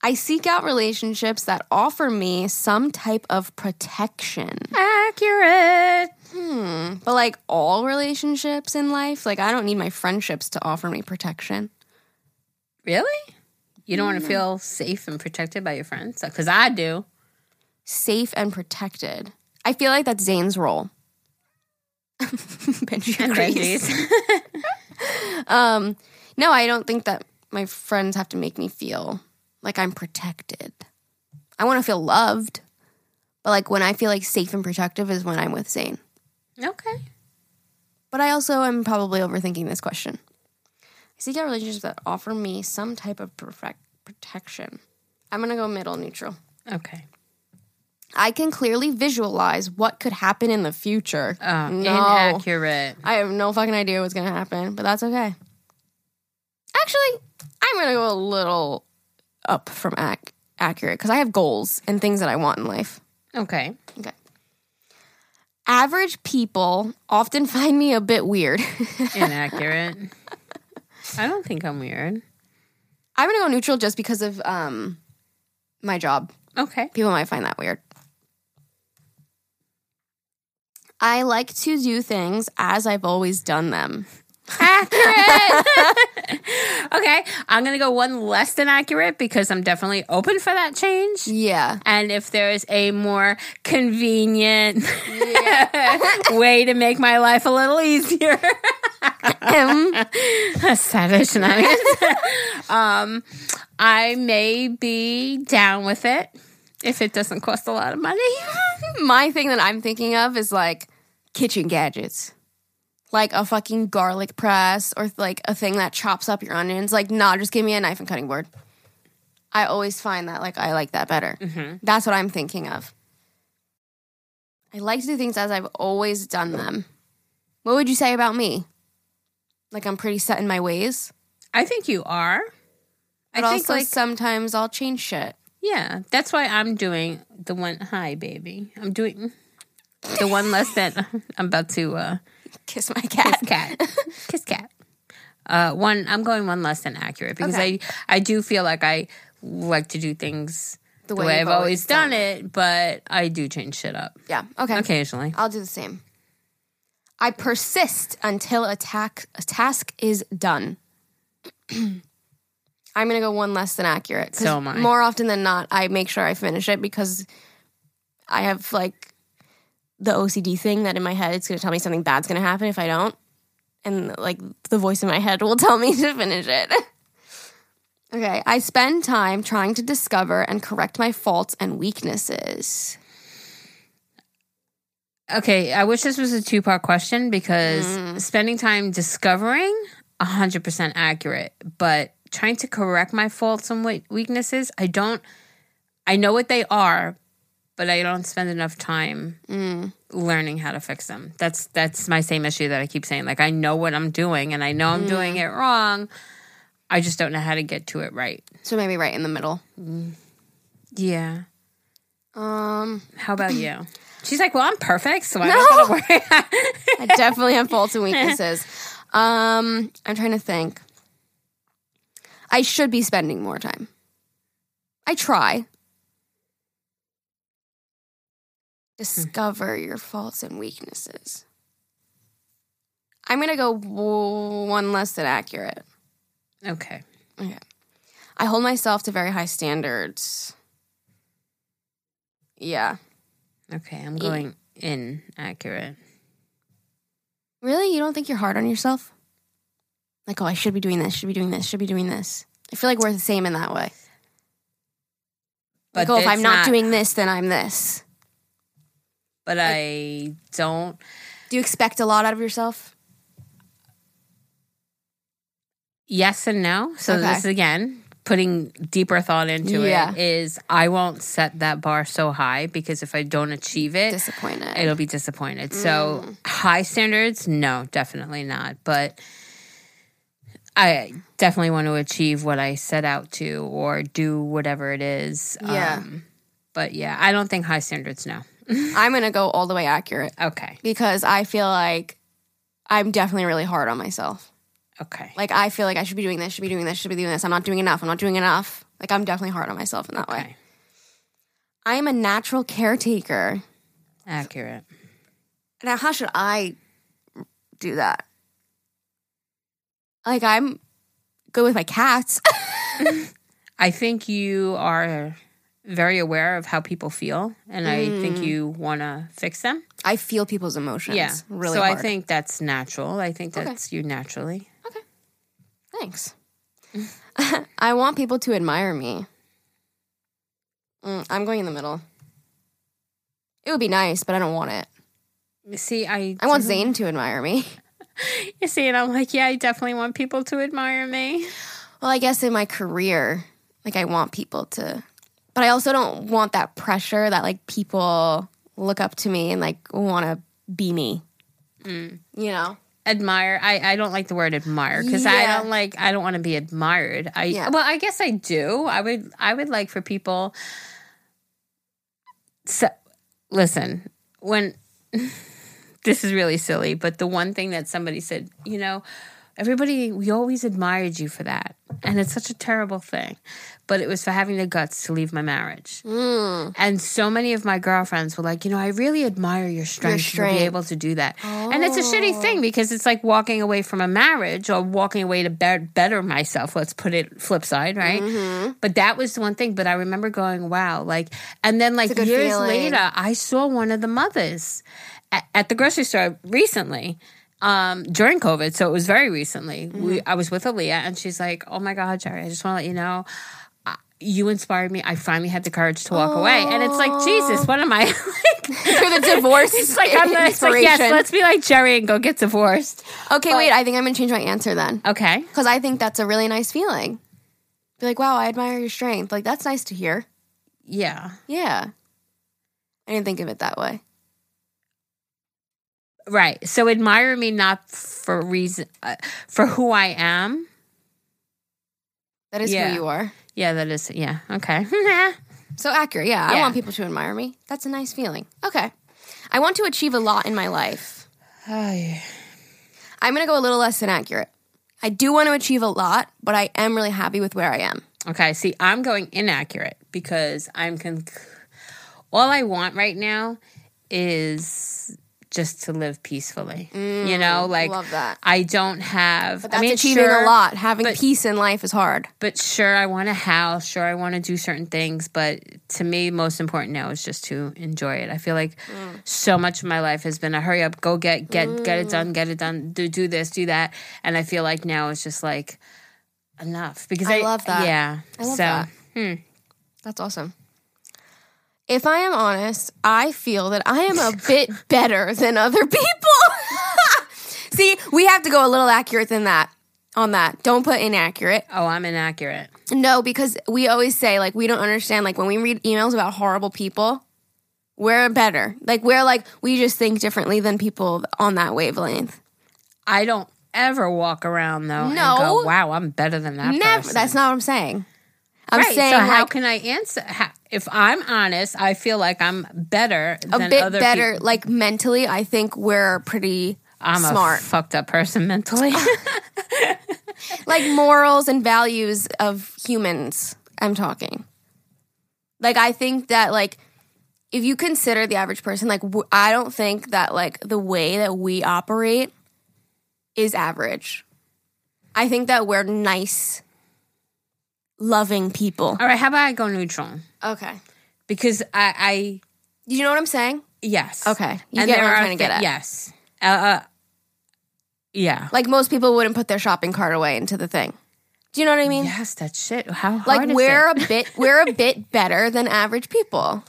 I seek out relationships that offer me some type of protection. accurate. But like all relationships in life, like I don't need my friendships to offer me protection. Really? You don't want to feel safe and protected by your friends? Because I do. Safe and protected. I feel like that's Zane's role. Benji And agrees. Benji's. No, I don't think that my friends have to make me feel like I'm protected. I want to feel loved. But like when I feel like safe and protective is when I'm with Zane. okay. But I also am probably overthinking this question. I seek out relationships that offer me some type of perfect protection. I'm gonna go middle neutral. Okay. I can clearly visualize what could happen in the future. Oh, No. inaccurate. I have no fucking idea what's gonna happen, but that's okay. Actually, I'm gonna go a little up from ac- accurate because I have goals and things that I want in life. Okay. Okay. Average people often find me a bit weird. Inaccurate. I don't think I'm weird. I'm gonna go neutral just because of um my job. Okay. People might find that weird. I like to do things as I've always done them. Accurate. okay. I'm going to go one less than accurate because I'm definitely open for that change. Yeah. And if there is a more convenient way to make my life a little easier, Um, Saturday shenanigans, um, I may be down with it if it doesn't cost a lot of money. my thing that I'm thinking of is like kitchen gadgets. Like a fucking garlic press or like a thing that chops up your onions. Like, nah, just give me a knife and cutting board. I always find that like I like that better. Mm-hmm. That's what I'm thinking of. I like to do things as I've always done them. What would you say about me? Like I'm pretty set in my ways. I think you are. But I think also like sometimes I'll change shit. Yeah, that's why I'm doing the one. Hi, baby. I'm doing the one less than I'm about to uh, Kiss my cat. kiss cat, kiss cat. Uh, one. I'm going one less than accurate because Okay. I I do feel like I like to do things the way, I've always done, it, but I do change shit up Yeah. occasionally. I'll do the same. I persist until a, tac- a task is done. I'm going to go one less than accurate. 'cause So am I. More often than not, I make sure I finish it because I have like the OCD thing that in my head it's going to tell me something bad's going to happen if I don't. And like the voice in my head will tell me to finish it. okay. I spend time trying to discover and correct my faults and weaknesses. Okay, I wish this was a two part question because spending time discovering 100% accurate, but trying to correct my faults and we- weaknesses, I don't, I know what they are, but I don't spend enough time learning how to fix them. That's that's my same issue that I keep saying. Like I know what I'm doing and I know I'm doing it wrong. I just don't know how to get to it right. So maybe right in the middle. Yeah. Um, How about you? She's like, "Well, I'm perfect, so I don't gotta worry." I definitely have faults and weaknesses. Um, I'm trying to think. I should be spending more time. I try. Discover your faults and weaknesses. I'm going to go w- one less than accurate. okay. Okay. I hold myself to very high standards. Yeah. Okay, I'm going inaccurate. Really? You don't think you're hard on yourself? Like, oh, I should be doing this, should be doing this, should be doing this. I feel like we're the same in that way. Like, oh, if that's I'm not, doing this, then I'm this. but I don't. Do you expect a lot out of yourself? Yes and no. So Okay. this again, putting deeper thought into Yeah. it is I won't set that bar so high because if I don't achieve it, Disappointed. it'll be disappointed. Mm. So high standards, no, definitely not. But I definitely want to achieve what I set out to or do whatever it is. Yeah. Um, but yeah, I don't think high standards. No. I'm going to go all the way accurate Okay. because I feel like I'm definitely really hard on myself. Okay. Like, I feel like I should be doing this, should be doing this, should be doing this. I'm not doing enough. I'm not doing enough. Like, I'm definitely hard on myself in that way. Okay. I am a natural caretaker. Accurate. Now, how should I do that? Like, I'm good with my cats. I think you are very aware of how people feel, and I Mm. think you want to fix them. I feel people's emotions. Yeah, Really So hard. I think that's natural. I think Okay. that's you naturally. Thanks. I want people to admire me. Mm, I'm going in the middle. It would be nice, but I don't want it. See, I I want Zayn to admire me. you see, and I'm like, yeah, I definitely want people to admire me. Well, I guess in my career, like I want people to, but I also don't want that pressure that like people look up to me and like want to be me. Mm. You know? Admire. I, I don't like the word admire because I Yeah. don't like. I don't want to be admired. I Yeah. well, I guess I do. I would. I would like for people. So, listen when this is really silly, but the one thing that somebody said, you know, everybody, we always admired you for that. And it's such a terrible thing. But it was for having the guts to leave my marriage. And so many of my girlfriends were like, you know, I really admire your strength, to strength. be able to do that. And it's a shitty thing because it's like walking away from a marriage or walking away to be- better myself. Let's put it flip side, right? But that was the one thing. But I remember going, wow. Like, and then like a good years feeling. later, I saw one of the mothers at, at the grocery store recently um, during COVID. So it was very recently. We, Mm-hmm. I was with Aaliyah and she's like, Oh my God, Jerry, I just want to let you know. I- You inspired me. I finally had the courage to walk away, and it's like Jesus. What am I? like, For the divorce it's like I'm the, it's like yes. inspiration. Let's be like Jerry and go get divorced. okay, wait. I think I'm gonna change my answer then Okay. because I think that's a really nice feeling. Be like, wow, I admire your strength. Like that's nice to hear. Yeah. Yeah, I didn't think of it that way. Right. So admire me not for reason uh, for who I am. That is Yeah. who you are. Yeah, that is. Yeah. Okay. So accurate. Yeah, I Yeah. want people to admire me. That's a nice feeling. Okay, I want to achieve a lot in my life. Ay. I'm going to go a little less than accurate. I do want to achieve a lot, but I am really happy with where I am. Okay, see, I'm going inaccurate because I'm con- all I want right now is just to live peacefully. you know, like Mm, love that. I don't have. That's I mean, achieving sure, a lot. Having but- peace in life is hard. But sure, I want a house. Sure, I want to do certain things. But to me, most important now is just to enjoy it. I feel like Mm. so much of my life has been a hurry up, go get get get it Mm. done, get it done, do do this, do that, and I feel like now it's just like enough because I I, love that. Yeah, I love so that. That's awesome. If I am honest, I feel that I am a bit better than other people. See, we have to go a little accurate than that on that. Don't put inaccurate. oh, I'm inaccurate. No, because we always say like we don't understand like when we read emails about horrible people, we're better. Like we're like we just think differently than people on that wavelength. I don't ever walk around though. No. and go, wow, I'm better than that. Never. person." That's not what I'm saying. I'm right. saying so like, how can I answer? How, if I'm honest, I feel like I'm better a than bit other better. People. Like mentally, I think we're pretty I'm smart. a fucked up person mentally. like morals and values of humans. I'm talking. Like I think that like if you consider the average person, like w- I don't think that like the way that we operate is average. I think that we're nice, loving people. All right. How about I go neutral? Okay. Because I, I You know what I'm saying? yes. Okay. You get what there I'm are trying to get thi- at. Yes. Uh, uh, yeah. Like most people wouldn't put their shopping cart away into the thing. Do you know what I mean? Yes, that shit. How hard like is we're it? a bit we're a bit better than average people.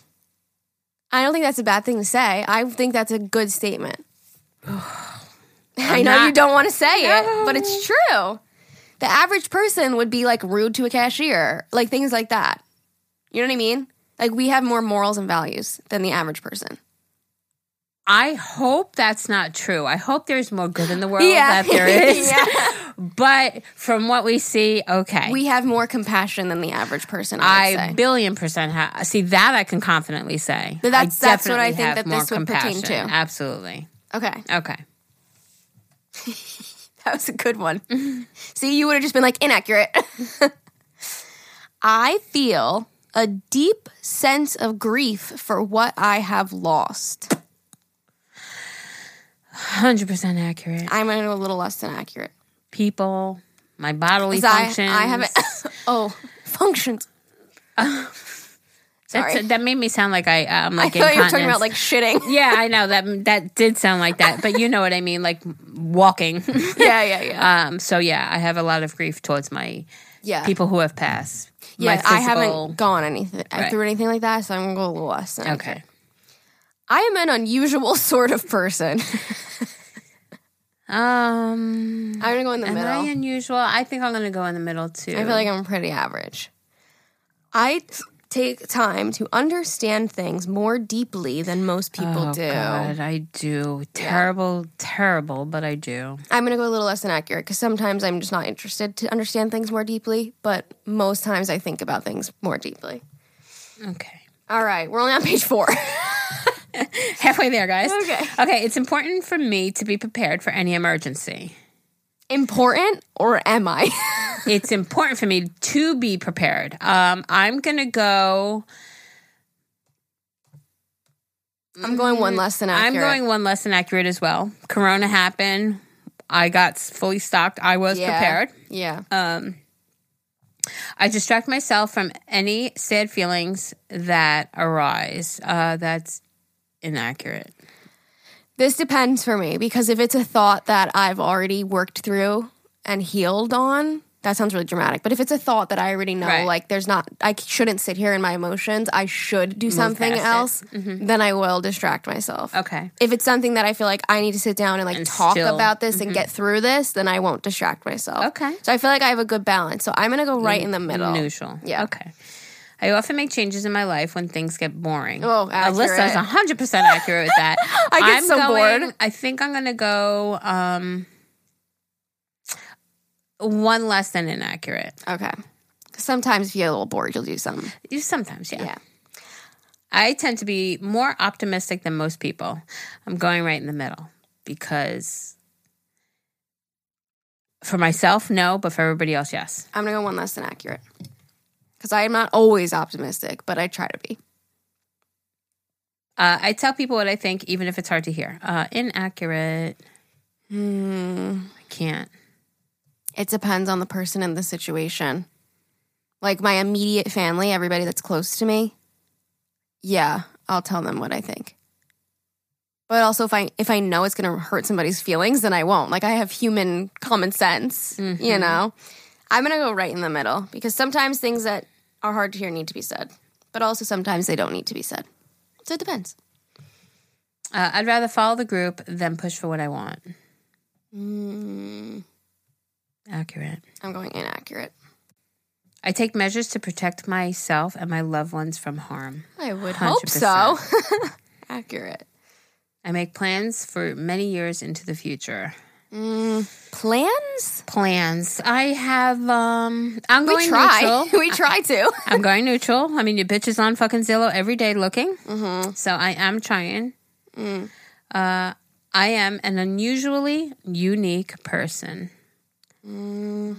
I don't think that's a bad thing to say. I think that's a good statement. I know not- you don't want to say it, No. but it's true. The average person would be like rude to a cashier, like things like that. You know what I mean? Like we have more morals and values than the average person. I hope that's not true. I hope there's more good in the world Yeah. Oh, that there is. Yeah. But from what we see, okay. We have more compassion than the average person. I, would I say. billion percent ha- see that I can confidently say. But that's- that's what I definitely think have that more this would pertain compassion. to. Absolutely. Okay, Okay. that was a good one. See, you would have just been like inaccurate. I feel a deep sense of grief for what I have lost. 100% accurate. I'm a little less than accurate. People, my bodily 'Cause I- functions. I, haven't. oh, functions. That's- Sorry. that made me sound like I I'm I like thought you were talking incontinence. about like shitting. Yeah, I know that that did sound like that, but you know what I mean, like walking. yeah, yeah, yeah. um so yeah, I have a lot of grief towards my yeah. people who have passed. My yeah, I physical- haven't gone anything Right. through anything like that, so I'm gonna go a little less than accurate. Okay. I am an unusual sort of person. Um I'm gonna go in the Am middle. I unusual? I think I'm gonna go in the middle too. I feel like I'm pretty average. I t- take time to understand things more deeply than most people oh, do. God, I do. Terrible, terrible, but I do. I'm going to go a little less than accurate because sometimes I'm just not interested to understand things more deeply, but most times I think about things more deeply. Okay. All right, we're only on page four. halfway there, guys. Okay. Okay, it's important for me to be prepared for any emergency. Important or am I? it's important for me to be prepared. Um, I'm going to go, I'm going one less than Mm-hmm. I'm accurate. going one less than accurate as well. Corona happened. I got s- fully stocked. I was Yeah. prepared. Yeah. I distract myself from any sad feelings that arise. Uh, that's inaccurate. This depends for me because if it's a thought that I've already worked through and healed on, that sounds really dramatic. But if it's a thought that I already know, Right. like there's not, I shouldn't sit here in my emotions. I should do something past it. else. Then I will distract myself. Mm-hmm. Okay. If it's something that I feel like I need to sit down and like talk still- Mm-hmm. about this and get through this, then I won't distract myself. Okay. So I feel like I have a good balance. So I'm gonna go right in the middle. Neutral. Yeah. Okay. I often make changes in my life when things get boring. Oh, accurate. Alyssa's 100% accurate with that. I get I'm so going- bored. I think I'm going to go um, one less than inaccurate. Okay. 'Cause Sometimes if you get a little bored, you'll do something. You Sometimes, yeah. Yeah. I tend to be more optimistic than most people. I'm going right in the middle because for myself, no, but for everybody else, yes. I'm gonna go one less than accurate because I am not always optimistic, but I try to be. Uh, I tell people what I think, even if it's hard to hear. Uh, inaccurate. I can't. It depends on the person and the situation. Like my immediate family, everybody that's close to me, yeah, I'll tell them what I think. But also, if I if I know it's gonna hurt somebody's feelings, then I won't. Like I have human common sense, you know. I'm gonna go right in the middle because sometimes things that are hard to hear need to be said, but also sometimes they don't need to be said. So it depends. Uh, I'd rather follow the group than push for what I want. Accurate. I'm going inaccurate. I take measures to protect myself and my loved ones from harm. I would hope so. 100%. Accurate. I make plans for many years into the future. Plans? Plans. I have. Um, I'm We going try. neutral. we try to. I'm going neutral. I mean, your bitch is on fucking Zillow every day looking. So I am trying. Uh, I am an unusually unique person. I'm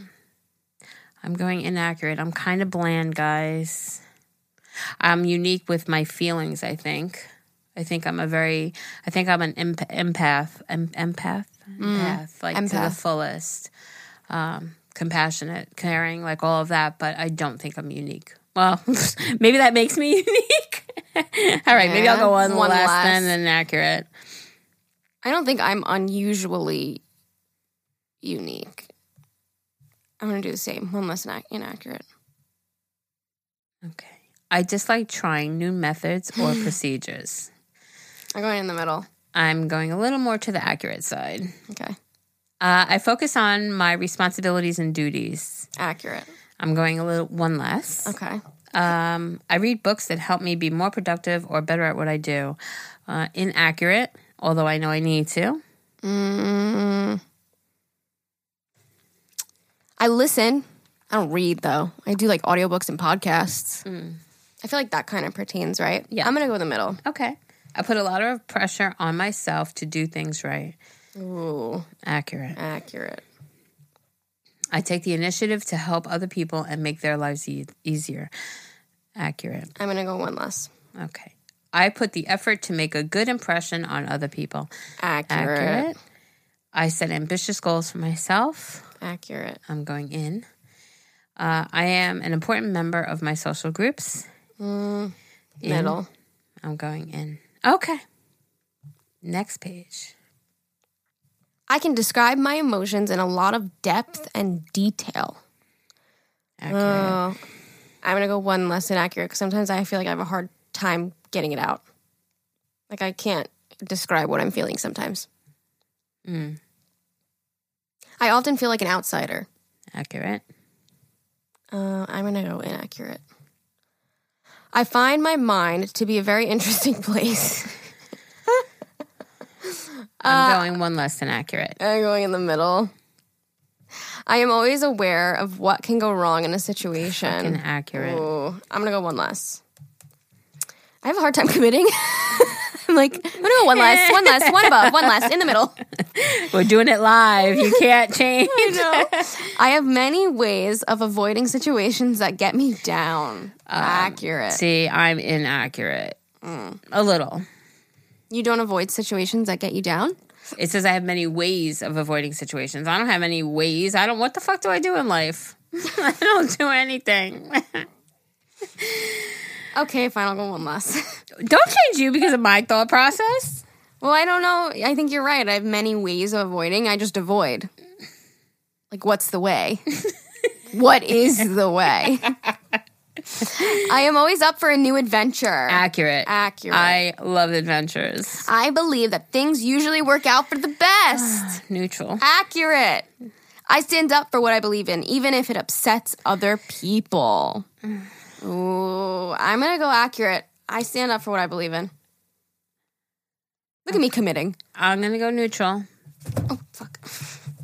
going inaccurate. I'm kind of bland, guys. I'm unique with my feelings, I think. I think I'm a very, I think I'm an emp- empath, em- empath, empath, like to the Empath. fullest, um, compassionate, caring, like all of that. But I don't think I'm unique. Well, maybe that makes me unique. all right, maybe I'll Yeah, go one, one less, less. than inaccurate. I don't think I'm unusually unique. I'm going to do the same, one less inac- inaccurate. Okay. I dislike trying new methods or procedures. I'm going in the middle. I'm going a little more to the accurate side. Okay. Uh, I focus on my responsibilities and duties. Accurate. I'm going a little one less. Okay. Um, I read books that help me be more productive or better at what I do. Uh, inaccurate, although I know I need to. Mm. I listen. I don't read though. I do like audiobooks and podcasts. I feel like that kind of pertains, right? Yeah. I'm going to go in the middle. Okay. I put a lot of pressure on myself to do things right. Ooh, Accurate. accurate. I take the initiative to help other people and make their lives e- easier. Accurate. I'm going to go one less. Okay. I put the effort to make a good impression on other people. Accurate. Accurate. Accurate. I set ambitious goals for myself. I'm going in. Uh, I am an important member of my social groups. In. Mm, Middle. I'm going in. Okay. Next page. I can describe my emotions in a lot of depth and detail. Accurate. Oh, I'm gonna go one less than accurate because sometimes I feel like I have a hard time getting it out. Like I can't describe what I'm feeling sometimes. Mm. I often feel like an outsider. Accurate. Uh, I'm gonna go inaccurate. I find my mind to be a very interesting place. I'm going one less than accurate. I'm going in the middle. I am always aware of what can go wrong in a situation. Inaccurate. Ooh, I'm gonna go one less. I have a hard time committing. I'm I'm like, no, no, one less, one less, one above, one less, in the middle. We're doing it live. You can't change. You know, I have many ways of avoiding situations that get me down. Accurate. See, I'm inaccurate. A little. You don't avoid situations that get you down. It says I have many ways of avoiding situations. I don't have any ways. I don't. What the fuck do I do in life? I don't do anything. Okay, fine, I'll go one less. don't change you because of my thought process. well, I don't know. I think you're right. I have many ways of avoiding. I just avoid. Like, what's the way? what is the way? I am always up for a new adventure. Accurate. Accurate. I love adventures. I believe that things usually work out for the best. Neutral. Accurate. I stand up for what I believe in, even if it upsets other people. Ooh, I'm gonna go accurate. I stand up for what I believe in. Look at me committing. I'm gonna go neutral Oh, fuck.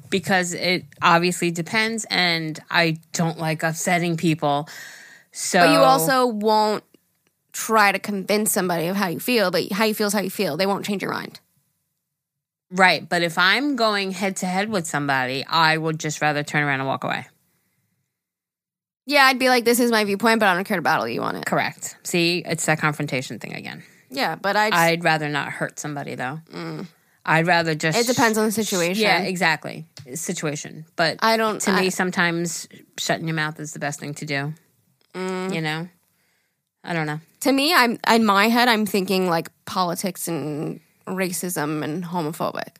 because it obviously depends, and I don't like upsetting people. So But you also won't try to convince somebody of how you feel, but how you feel is how you feel. They won't change your mind. right, but if I'm going head to head with somebody, I would just rather turn around and walk away. Yeah, I'd be like, this is my viewpoint, but I don't care to battle you on it. Correct. See, it's that confrontation thing again. Yeah, but I, just, I'd rather not hurt somebody though. I'd rather just. Mm. it depends on the situation. Yeah, exactly. Situation, but I don't- To I- me, sometimes shutting your mouth is the best thing to do. Mm. You know, I don't know. to me, I'm in my head, I'm thinking like politics and racism and homophobic.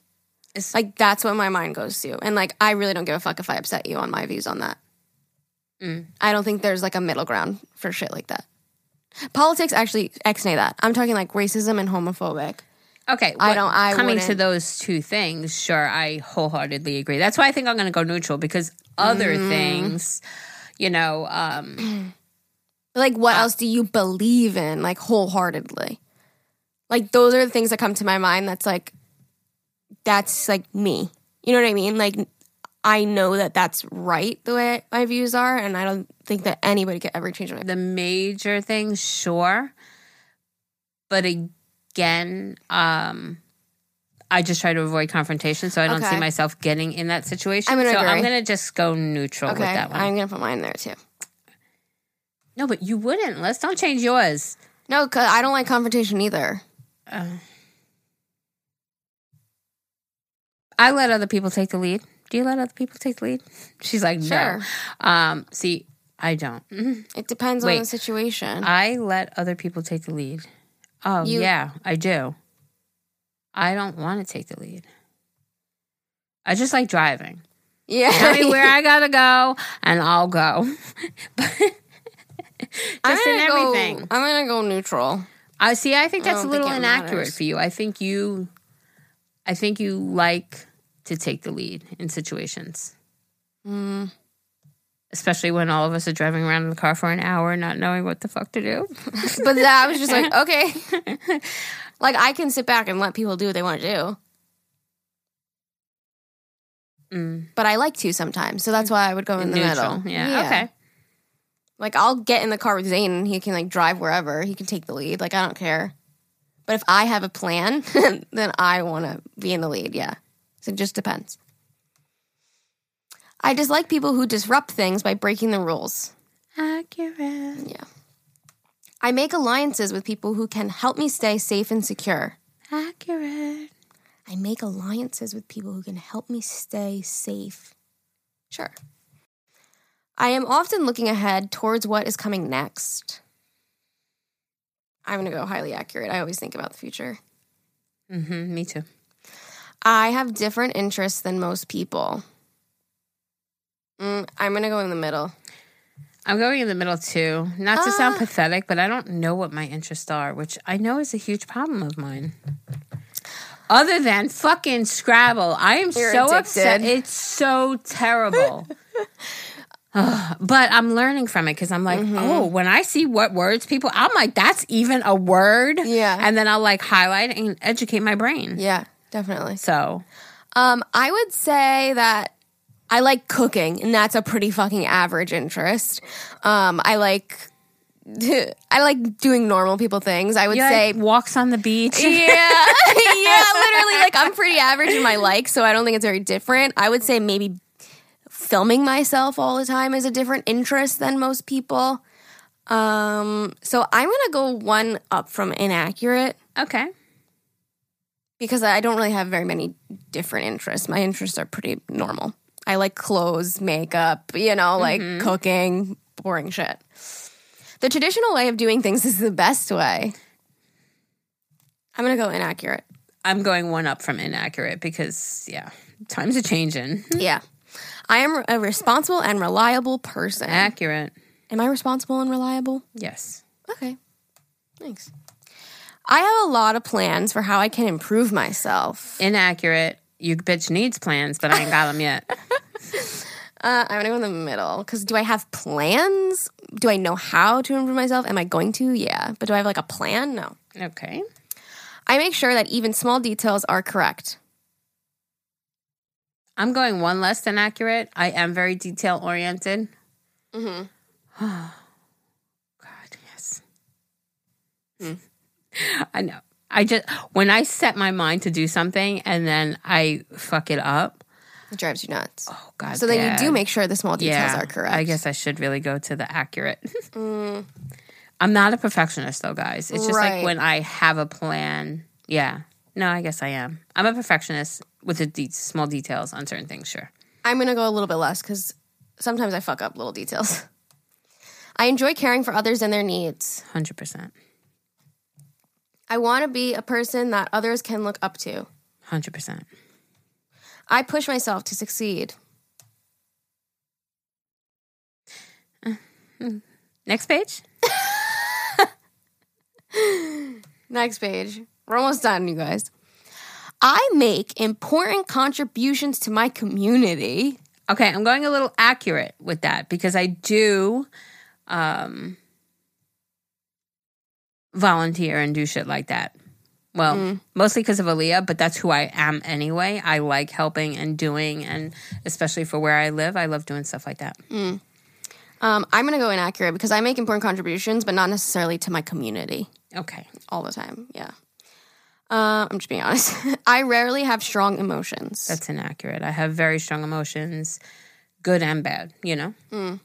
It's- like that's what my mind goes to, and like I really don't give a fuck if I upset you on my views on that. I don't think there's like a middle ground for shit like that. Politics actually ex-nay that. I'm talking like racism and homophobic. Okay, I what- don't- I coming to wouldn't- those two things. Sure, I wholeheartedly agree. That's why I think I'm going to go neutral because other Mm. things, you know, um, Like what else do you believe in like wholeheartedly? Like those are the things that come to my mind that's like that's like me. You know what I mean? Like I know that that's right the way my views are and I don't think that anybody could ever change my the major things. Sure, but again, um, I just try to avoid confrontation, so I don't Okay. see myself getting in that situation. I'm gonna so I'm agree. going to just go neutral Okay. with that one. I'm going to put mine there too. No, but you wouldn't. Let's don't change yours. No, cuz I don't like confrontation either. I let other people take the lead. Do you let other people take the lead? She's like, Sure. no. Um, see, I don't. Mhm. It depends on Wait. the situation. I let other people take the lead. Oh, You- yeah, I do. I don't want to take the lead. I just like driving. yeah. Tell me where I gotta go, and I'll go. but I'm just in gonna go- everything. I'm going to go neutral. I see. I think I that's a don't little think it inaccurate matters. for you. I think you, I think you like to take the lead in situations, Mm. especially when all of us are driving around in the car for an hour, not knowing what the fuck to do. But that I was just like, okay. like I can sit back and let people do what they want to do. Mm, But I like to sometimes. So that's why I would go in the neutral. middle. Yeah. Okay. Like I'll get in the car with Zane and he can like drive wherever. He can take the lead. Like I don't care. But if I have a plan, then I want to be in the lead. Yeah. So it just depends. I dislike people who disrupt things by breaking the rules. Accurate. Yeah. I make alliances with people who can help me stay safe and secure. Accurate. I make alliances with people who can help me stay safe. Sure. I am often looking ahead towards what is coming next. I'm going to go highly accurate. I always think about the future. Mm-hmm, me too. I have different interests than most people. Mm, I'm going to go in the middle. I'm going in the middle too. Not to sound Ah. pathetic, but I don't know what my interests are, which I know is a huge problem of mine. Other than fucking Scrabble, I am You're so upset. addicted. It's so terrible. Ugh, but I'm learning from it because I'm like, Mm-hmm. oh, when I see what words people, I'm like, that's even a word. Yeah. And then I'll like highlight and educate my brain. Yeah, definitely. So Um, I would say that I like cooking, and that's a pretty fucking average interest. Um, I like I like doing normal people things. I would You say like, walks on the beach. Yeah. yeah, literally like I'm pretty average in my like, so I don't think it's very different. I would say maybe filming myself all the time is a different interest than most people. Um, so I'm going to go one up from inaccurate Okay. because I don't really have very many different interests. My interests are pretty normal. I like clothes, makeup, you know, like cooking, boring shit. The traditional way of doing things is the best way. I'm going to go inaccurate. I'm going one up from inaccurate because yeah, times are changing. Yeah. I am a responsible and reliable person. Accurate. Am I responsible and reliable? Yes. Okay. Thanks. I have a lot of plans for how I can improve myself. Inaccurate. Your bitch needs plans, but I ain't got them yet. Uh, I'm gonna go in the middle because do I have plans? Do I know how to improve myself? Am I going to? Yeah. But do I have like a plan? No. Okay. I make sure that even small details are correct. I'm going one less than accurate. I am very detail oriented. Mhm. God, yes. I know. I just when I set my mind to do something and then I fuck it up. It drives you nuts. Oh God. so then you do Dad. make sure the small details are correct. Mm. I guess I should really go to the accurate. I'm not a perfectionist though, guys. It's just Right. like when I have a plan. Yeah. No, I guess I am. I'm a perfectionist with the de- small details on certain things, sure. I'm gonna go a little bit less because sometimes I fuck up little details. I enjoy caring for others and their needs. 100%. I want to be a person that others can look up to. 100%. I push myself to succeed. Next page. Next page. We're almost done, you guys. I make important contributions to my community. Okay, I'm going a little accurate with that because I do um volunteer and do shit like that. Well, mostly because of Aaliyah, but that's who I am anyway. I like helping and doing, and especially for where I live, I love doing stuff like that. Um, I'm going to go inaccurate because I make important contributions, but not necessarily to my community Okay, all the time. Yeah. Uh, I'm just being honest. I rarely have strong emotions. that's inaccurate. I have very strong emotions, good and bad, you know?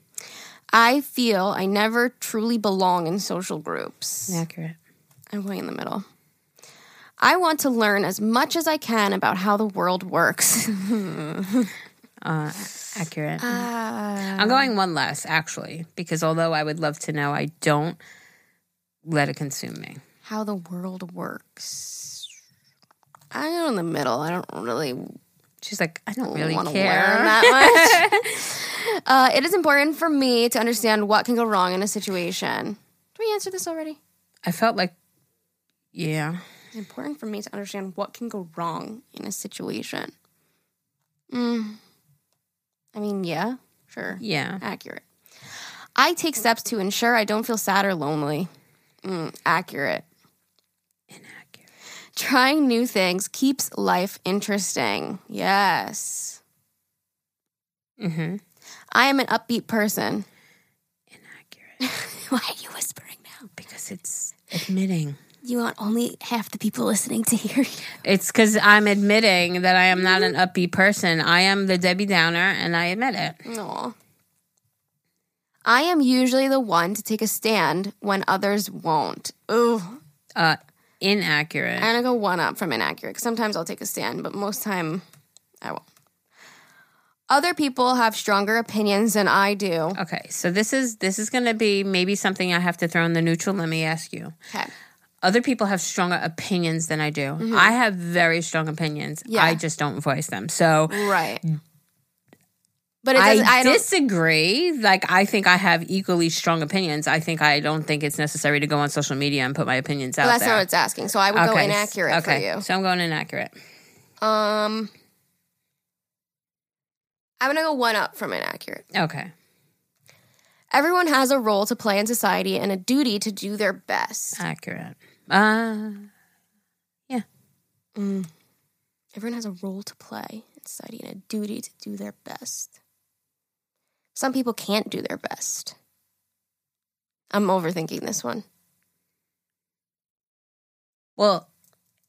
I feel I never truly belong in social groups. Accurate. I'm way in the middle. I want to learn as much as I can about how the world works. Uh, accurate. Ah. I'm going one less, actually, because although I would love to know, I don't let it consume me. how the world works. I go in the middle. I don't really, She's like, I don't really want to learn care. that much. uh, it is important for me to understand what can go wrong in a situation. Did we answer this already? I felt like, yeah, It's important for me to understand what can go wrong in a situation. Mm. I mean, yeah, sure. yeah. Accurate. I take steps to ensure I don't feel sad or lonely. Mm, accurate. Inaccurate. Trying new things keeps life interesting. Yes. Mm-hmm. I am an upbeat person. Inaccurate. Why are you whispering now? because it's admitting. You want only half the people listening to hear you. It's because I'm admitting that I am not Mm-hmm. an upbeat person. I am the Debbie Downer, and I admit it. Aw. I am usually the one to take a stand when others won't. Ooh. Uh, inaccurate. I'm gonna go one up from inaccurate. 'cause Sometimes I'll take a stand, but most time I won't. Other people have stronger opinions than I do. Okay, so this is this is going to be maybe something I have to throw in the neutral. Let me ask you. Okay. Other people have stronger opinions than I do. I have very strong opinions. Mm-hmm. Yeah. I just don't voice them. So Right. But it doesn't, Mm. I, I, don't, disagree. Like, I think I have equally strong opinions. I think I don't think it's necessary to go on social media and put my opinions out That's there. not what it's asking. So I would go inaccurate okay. for So I'm going inaccurate. you. Um, I'm gonna go one up from inaccurate. Okay. Everyone has a role to play in society and a duty to do their best. Accurate. Uh, Everyone has a role to play in society and a duty to do their best. Some people can't do their best. I'm overthinking this one. Well,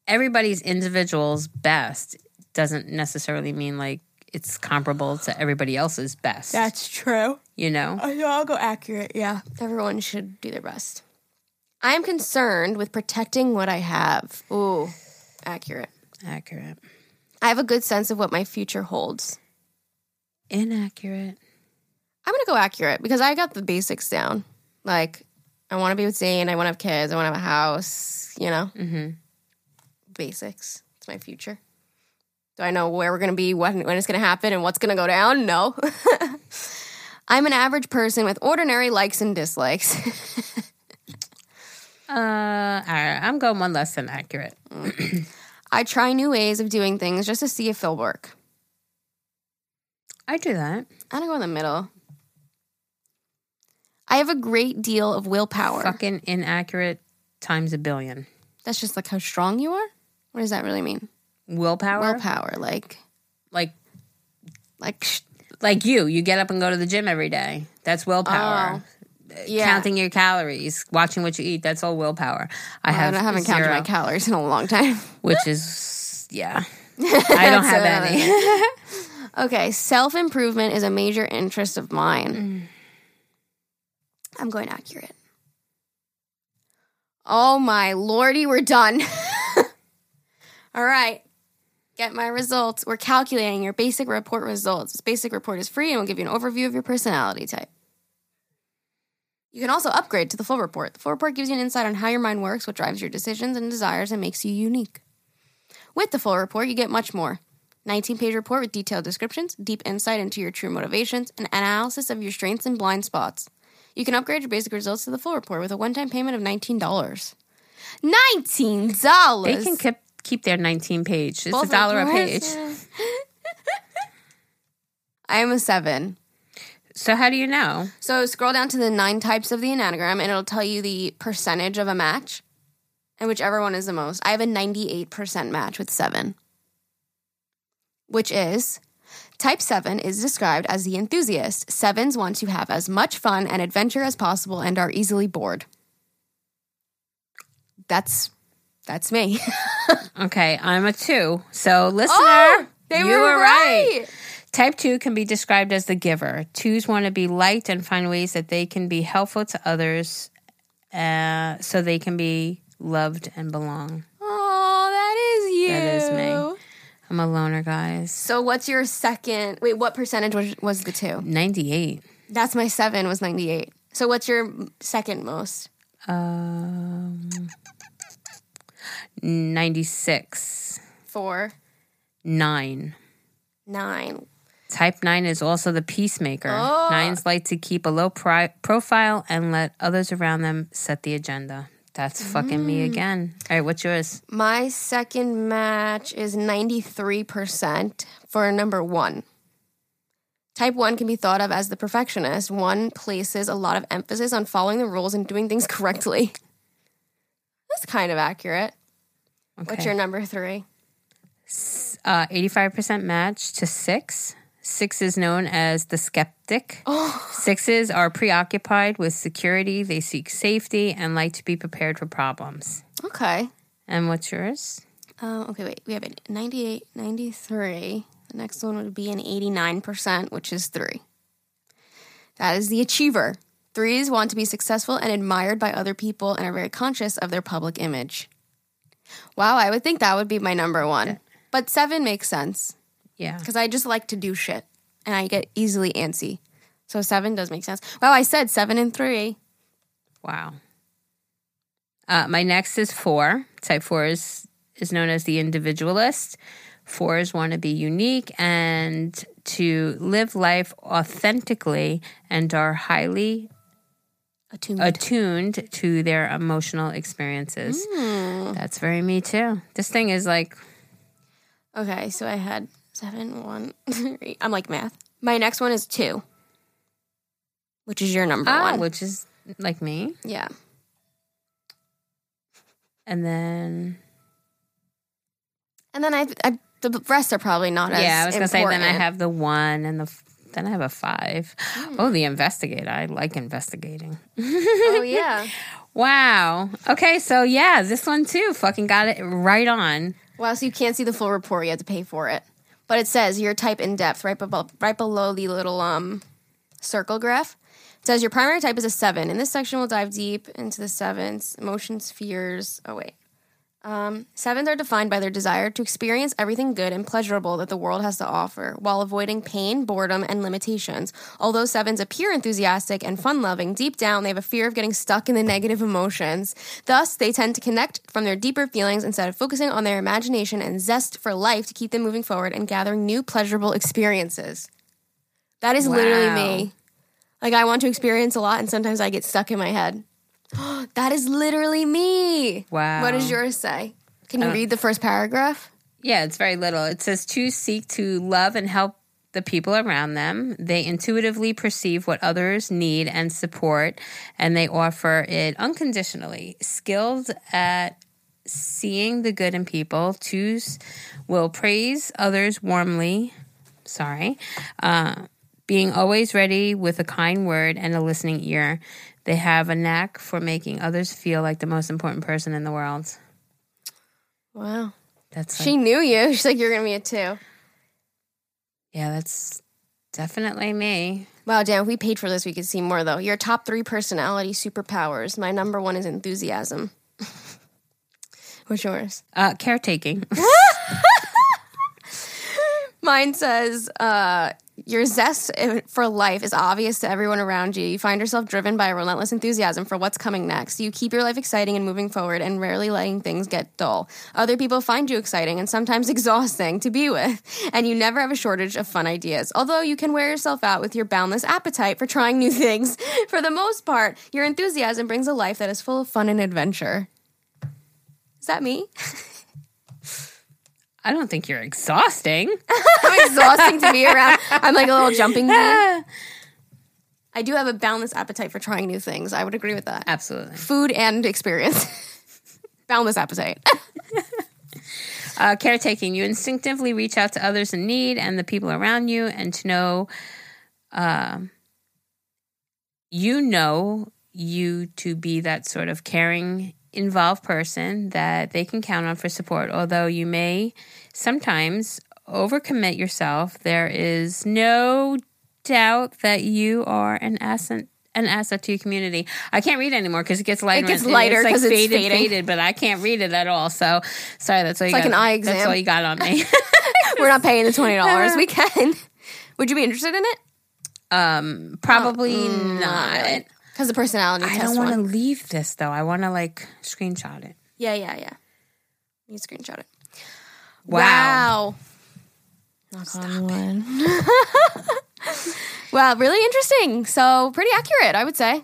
everybody's individual's best doesn't necessarily mean like it's comparable to everybody else's best. That's true. you know? Oh, I'll go accurate. Yeah. Everyone should do their best. I am concerned with protecting what I have. Ooh, accurate. Accurate. I have a good sense of what my future holds. Inaccurate. I'm going to go accurate because I got the basics down. Like, I want to be with Zane. I want to have kids. I want to have a house, you know? Mm-hmm. basics. It's my future. Do I know where we're going to be, when, when it's going to happen, and what's going to go down? No. I'm an average person with ordinary likes and dislikes. Uh, all right, I'm going one less than accurate. I try new ways of doing things just to see if they'll work. I do that. I don't go in the middle. I have a great deal of willpower. Fucking inaccurate times a billion. That's just like how strong you are. What does that really mean? Willpower? Willpower, like, Like like, sh- like you, you get up and go to the gym every day. That's willpower. Oh, yeah. Uh, Counting your calories, watching what you eat, that's all willpower. I I have don't- I haven't counted zero, my calories in a long time. which is yeah. I don't have any. Okay, self improvement is a major interest of Mm. mine. I'm going accurate. Oh my lordy, we're done. All right, get my results. We're calculating your basic report results. This basic report is free and will give you an overview of your personality type. You can also upgrade to the full report. The full report gives you an insight on how your mind works, what drives your decisions and desires, and makes you unique. With the full report, you get much more. 19 page report with detailed descriptions, deep insight into your true motivations, and analysis of your strengths and blind spots. You can upgrade your basic results to the full report with a one time payment of $19. $19! They can keep keep their 19 page. It's Both a of dollar a page. yours. I am a seven. So how do you know? So scroll down to the nine types of the enneagram, and it'll tell you the percentage of a match, and whichever one is the most. I have a ninety-eight percent match with seven, which is type seven is described as the enthusiast. Sevens want to have as much fun and adventure as possible, and are easily bored. That's that's me. Okay, I'm a 2. So listener, Oh, they you were right. Type 2 can be described as the giver. Twos want to be liked and find ways that they can be helpful to others uh, so they can be loved and belong. Oh, that is you. That is me. I'm a loner, guys. So what's your second? Wait, what percentage was, was the two? 98. That's my seven was 98. So what's your second most? Um, 96. Four, 9. nine. Type 9 is also the peacemaker. Oh. Nines like to keep a low pri- profile and let others around them set the agenda. That's fucking Mm. me again. All right, what's yours? My second match is 93% for number one. Type one can be thought of as the perfectionist. One places a lot of emphasis on following the rules and doing things correctly. That's kind of accurate. What's your number three? uh, 85% match to six. Six is known as the skeptic. Sixes are preoccupied with security. They seek safety and like to be prepared for problems. Okay. And what's yours? Uh, okay, wait. We have a 98, 93. The next one would be an 89%, which is three. That is the achiever. Threes want to be successful and admired by other people and are very conscious of their public image. Wow, I would think that would be my number one. But seven makes sense Yeah. because I just like to do shit and I get easily antsy. So seven does make sense. Wow, I said seven and three. Wow. Uh, my next is four. Type four is, is known as the individualist. Fours want to be unique and to live life authentically and are highly Attuned. attuned to their emotional experiences. Hmm. That's very me too. This thing is like, Okay, so I had seven, one, three. I'm like math. My next one is two, which is your number ah, one. which is like me. Yeah. And then, And then I, I the rest are probably not as yeah, I was gonna say, then I important. Hmm. have the one and the, f- Then I have a five. Oh, the investigator. I like investigating. oh yeah. Wow. Okay, so yeah, this one too fucking got it right on. Wow, so you can't see the full report. You have to pay for it. But it says your type in depth right below, right below the little um, circle graph. It says your primary type is a seven. In this section, we'll dive deep into the sevens, emotions, fears. Oh, wait. Um, sevens are defined by their desire to experience everything good and pleasurable that the world has to offer while avoiding pain, boredom, and limitations. Although sevens appear enthusiastic and fun loving, deep down they have a fear of getting stuck in the negative emotions. Thus, they tend to connect from their deeper feelings instead of focusing on their imagination and zest for life to keep them moving forward and gathering new pleasurable experiences. That is literally Wow. me. Like, I want to experience a lot, and sometimes I get stuck in my head. that is literally me. Wow. What does yours say? Can you read the first paragraph? Yeah, it's very little. It says to seek to love and help the people around them. They intuitively perceive what others need and support, and they offer it unconditionally. Skilled at seeing the good in people, twos will praise others warmly. Sorry. Uh, being always ready with a kind word and a listening ear. They have a knack for making others feel like the most important person in the world. Wow. That's like- She knew you. She's like, you're going to be a two. Yeah, that's definitely me. Wow, Dan, if we paid for this, we could see more, though. Your top three personality superpowers. My number one is enthusiasm. What's yours? Uh, caretaking. Mine says, uh, your zest eh, for life is obvious to everyone around you. You find yourself driven by a relentless enthusiasm for what's coming next. You keep your life exciting and moving forward and rarely letting things get dull. Other people find you exciting and sometimes exhausting to be with, and you never have a shortage of fun ideas. Although you can wear yourself out with your boundless appetite for trying new things, for the most part, your enthusiasm brings a life that is full of fun and adventure. Is that me? I don't think you're exhausting. I'm exhausting to be around. I'm like a little jumping bean. I do have a boundless appetite for trying new things. I would agree with that. Absolutely. Food and experience. boundless appetite. Uh, caretaking. You instinctively reach out to others in need and the people around you, and to know, um, you know, you to be that sort of caring, involved person that they can count on for support. Although you may sometimes overcommit yourself, there is no doubt that you are an asset. An asset to your community. I can't read anymore because it gets lighter. gets and- and lighter 'cause it's faded, fading. faded, but I can't read it at all. So sorry, that's all you like got. an eye That's exam. all you got on me. We're not paying the twenty dollars. We can. Would you be interested in it? um, probably Oh, mm, not. Because the personality I test don't want to one. leave this though. I want to like screenshot it. Yeah, yeah, yeah. You screenshot it. Wow. Knock on wood. wow, really interesting. So pretty accurate, I would say.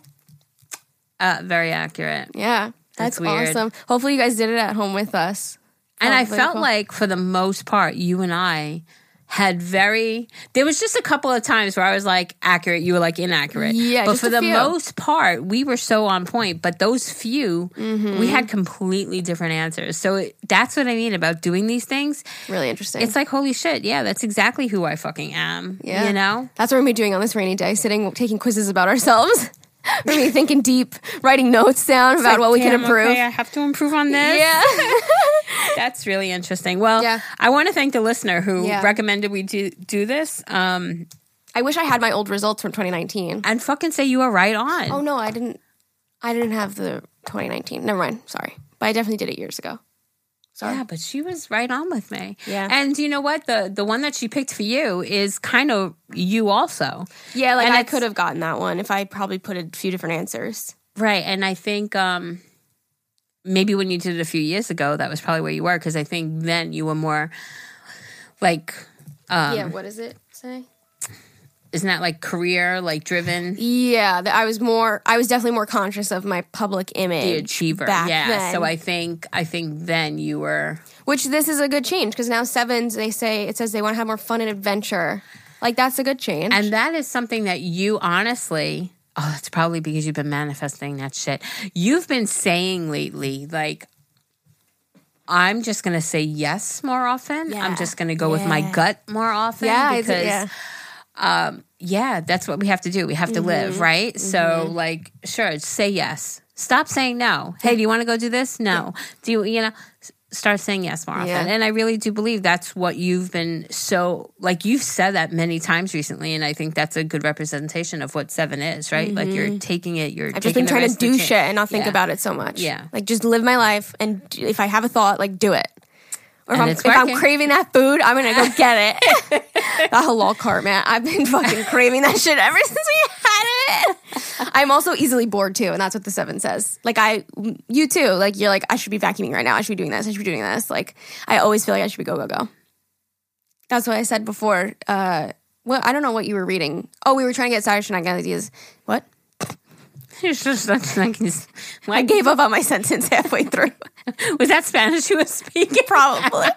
Uh, very accurate. Yeah. That's, That's weird. awesome. Hopefully you guys did it at home with us. And I Probably felt cool. like for the most part, you and I had very. There was just a couple of times where I was like accurate, you were like inaccurate. Yeah, but just for a the few. most part, we were so on point. But those few, Mm-hmm. we had completely different answers. So it, that's what I mean about doing these things. Really interesting. It's like holy shit, yeah, that's exactly who I fucking am. Yeah. you know. That's what we're gonna be doing on this rainy day, sitting taking quizzes about ourselves. we're gonna be thinking deep, writing notes down about Like, what we can damn, improve. okay, I have to improve on this. Yeah. That's really interesting. Well, Yeah. I want to thank the listener who Yeah. recommended we do do this. Um, I wish I had my old results from 2019. and fucking say you are right on. Oh no, I didn't I didn't have the 2019. Never mind. Sorry. But I definitely did it years ago. Sorry. Yeah, but she was right on with me. Yeah. And you know what? The the one that she picked for you is kind of you also. Yeah, like And I it's- could have gotten that one if I probably put a few different answers. Right. And I think um maybe when you did it a few years ago, that was probably where you were because I think then you were more like um yeah, what does it say? isn't that like career like driven? Yeah, that I was more. I was definitely more conscious of my public The image, achiever. back yeah. then. So I think I think then you were which this is a good change because now sevens they say it says they want to have more fun and adventure. Like that's a good change. And that is something that you honestly, oh, that's probably because you've been manifesting that shit. You've been saying lately, like, I'm just going to say yes more often. Yeah. I'm just going to go with my Yeah. gut more often Yeah, I- because yeah. um, yeah, that's what we have to do. We have to Mm-hmm. live, right? So, like, sure, say yes. Stop saying no. Hey, do you want to go do this? No. Do you, you know, s- start saying yes more often. Yeah. And I really do believe that's what you've been so, like, you've said that many times recently. And I think that's a good representation of what seven is, right? Like, you're taking it, you're Mm-hmm. I've just been trying to do shit and not think Yeah. about it so much. Yeah. Like just live my life and d- if I have a thought, like do it. Or if, And I'm, it's if I'm working. craving that food, I'm gonna go get it. that halal cart, man. I've been fucking craving that shit ever since we had it. I'm also easily bored too, and that's what the seven says. Like I, you too. Like you're like I should be vacuuming right now. I should be doing this. I should be doing this. Like I always feel like I should be go go go. That's what I said before. Uh, well, I don't know what you were reading. Oh, we were trying to get Saturday night ideas. What? It's just that's like, it's- I gave up on my sentence halfway through. was that Spanish you were speaking? Probably.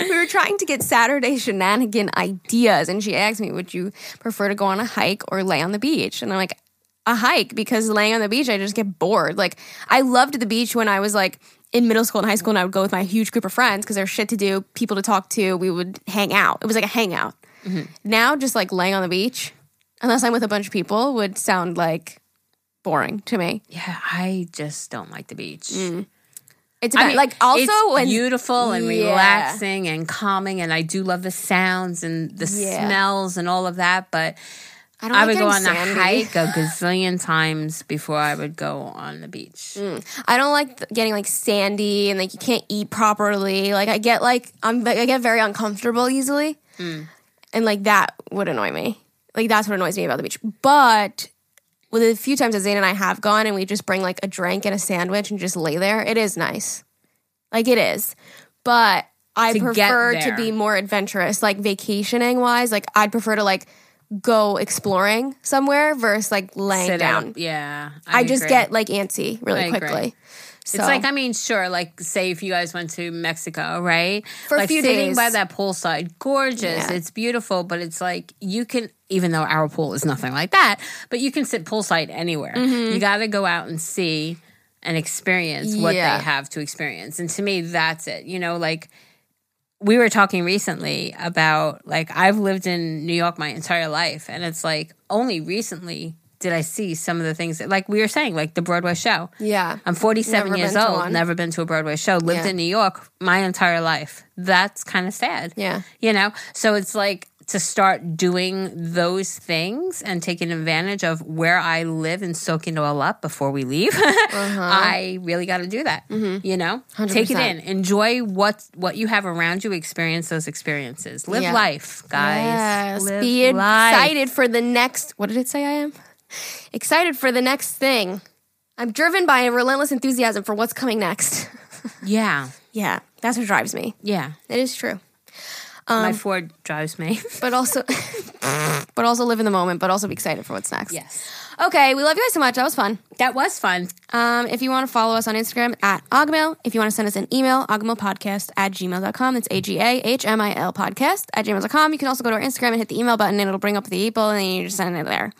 we were trying to get Saturday shenanigan ideas, and she asked me, Would you prefer to go on a hike or lay on the beach? And I'm like, A hike, because laying on the beach, I just get bored. Like, I loved the beach when I was like, in middle school and high school, and I would go with my huge group of friends because there's shit to do, people to talk to. We would hang out. It was like a hangout. Now, just like laying on the beach, unless I'm with a bunch of people, would sound like boring to me. Yeah, I just don't like the beach. It's I about, mean, like also it's when beautiful and Yeah. relaxing and calming, and I do love the sounds and the Yeah. smells and all of that. But I don't I, like would go on getting a sandy. hike a gazillion times before I would go on the beach. I don't like th- getting like sandy and like you can't eat properly. Like I get like I'm like, I get very uncomfortable easily, Hmm. and like that would annoy me. Like that's what annoys me about the beach. But with the few times that Zane and I have gone and we just bring like a drink and a sandwich and just lay there, it is nice. Like it is, but I To get prefer to there. be more adventurous, like vacationing wise. Like I'd prefer to like go exploring somewhere versus like laying Sit down. out. yeah. I, just agree. get like antsy really I agree. quickly. So. It's like I mean, sure, like say if you guys went to Mexico, right? For a like few sitting days. by that poolside, gorgeous. Yeah. It's beautiful, but it's like you can even though our pool is nothing like that, but you can sit poolside anywhere. Mm-hmm. You gotta go out and see and experience what Yeah. they have to experience. And to me, that's it. You know, like we were talking recently about like I've lived in New York my entire life, and it's like only recently did I see some of the things that, like we were saying, like the Broadway show. yeah. I'm 47 Never years been to old, one. never been to a Broadway show, lived Yeah. in New York my entire life. That's kind of sad. Yeah. You know? So it's like to start doing those things and taking advantage of where I live and soaking it all up before we leave. Uh-huh. I really got to do that. Mm-hmm. You know? Take it 100%. in. Enjoy what what you have around you, experience those experiences. Live Yeah. life, guys. Live Be life. excited for the next. What did it say I am? Excited for the next thing. I'm driven by a relentless enthusiasm for what's coming next. Yeah. Yeah, that's what drives me. Yeah. It is true. My Um, Ford drives me. But also, but also live in the moment, but also be excited for what's next. yes. Okay, we love you guys so much. That was fun. That was fun. Um, if you want to follow us on Instagram at Ogmail, if you want to send us an email, ogmailpodcast at gmail.com. That's A G A H M I L podcast at gmail.com. You can also go to our Instagram and hit the email button and it'll bring up the people and then you just send it there.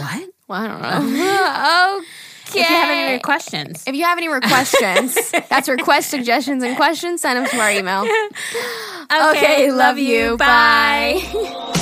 What? Well, I don't know. okay. If you have any questions, If you have any more questions, that's request, suggestions, and questions, send them to our email. Okay, love, you. Bye.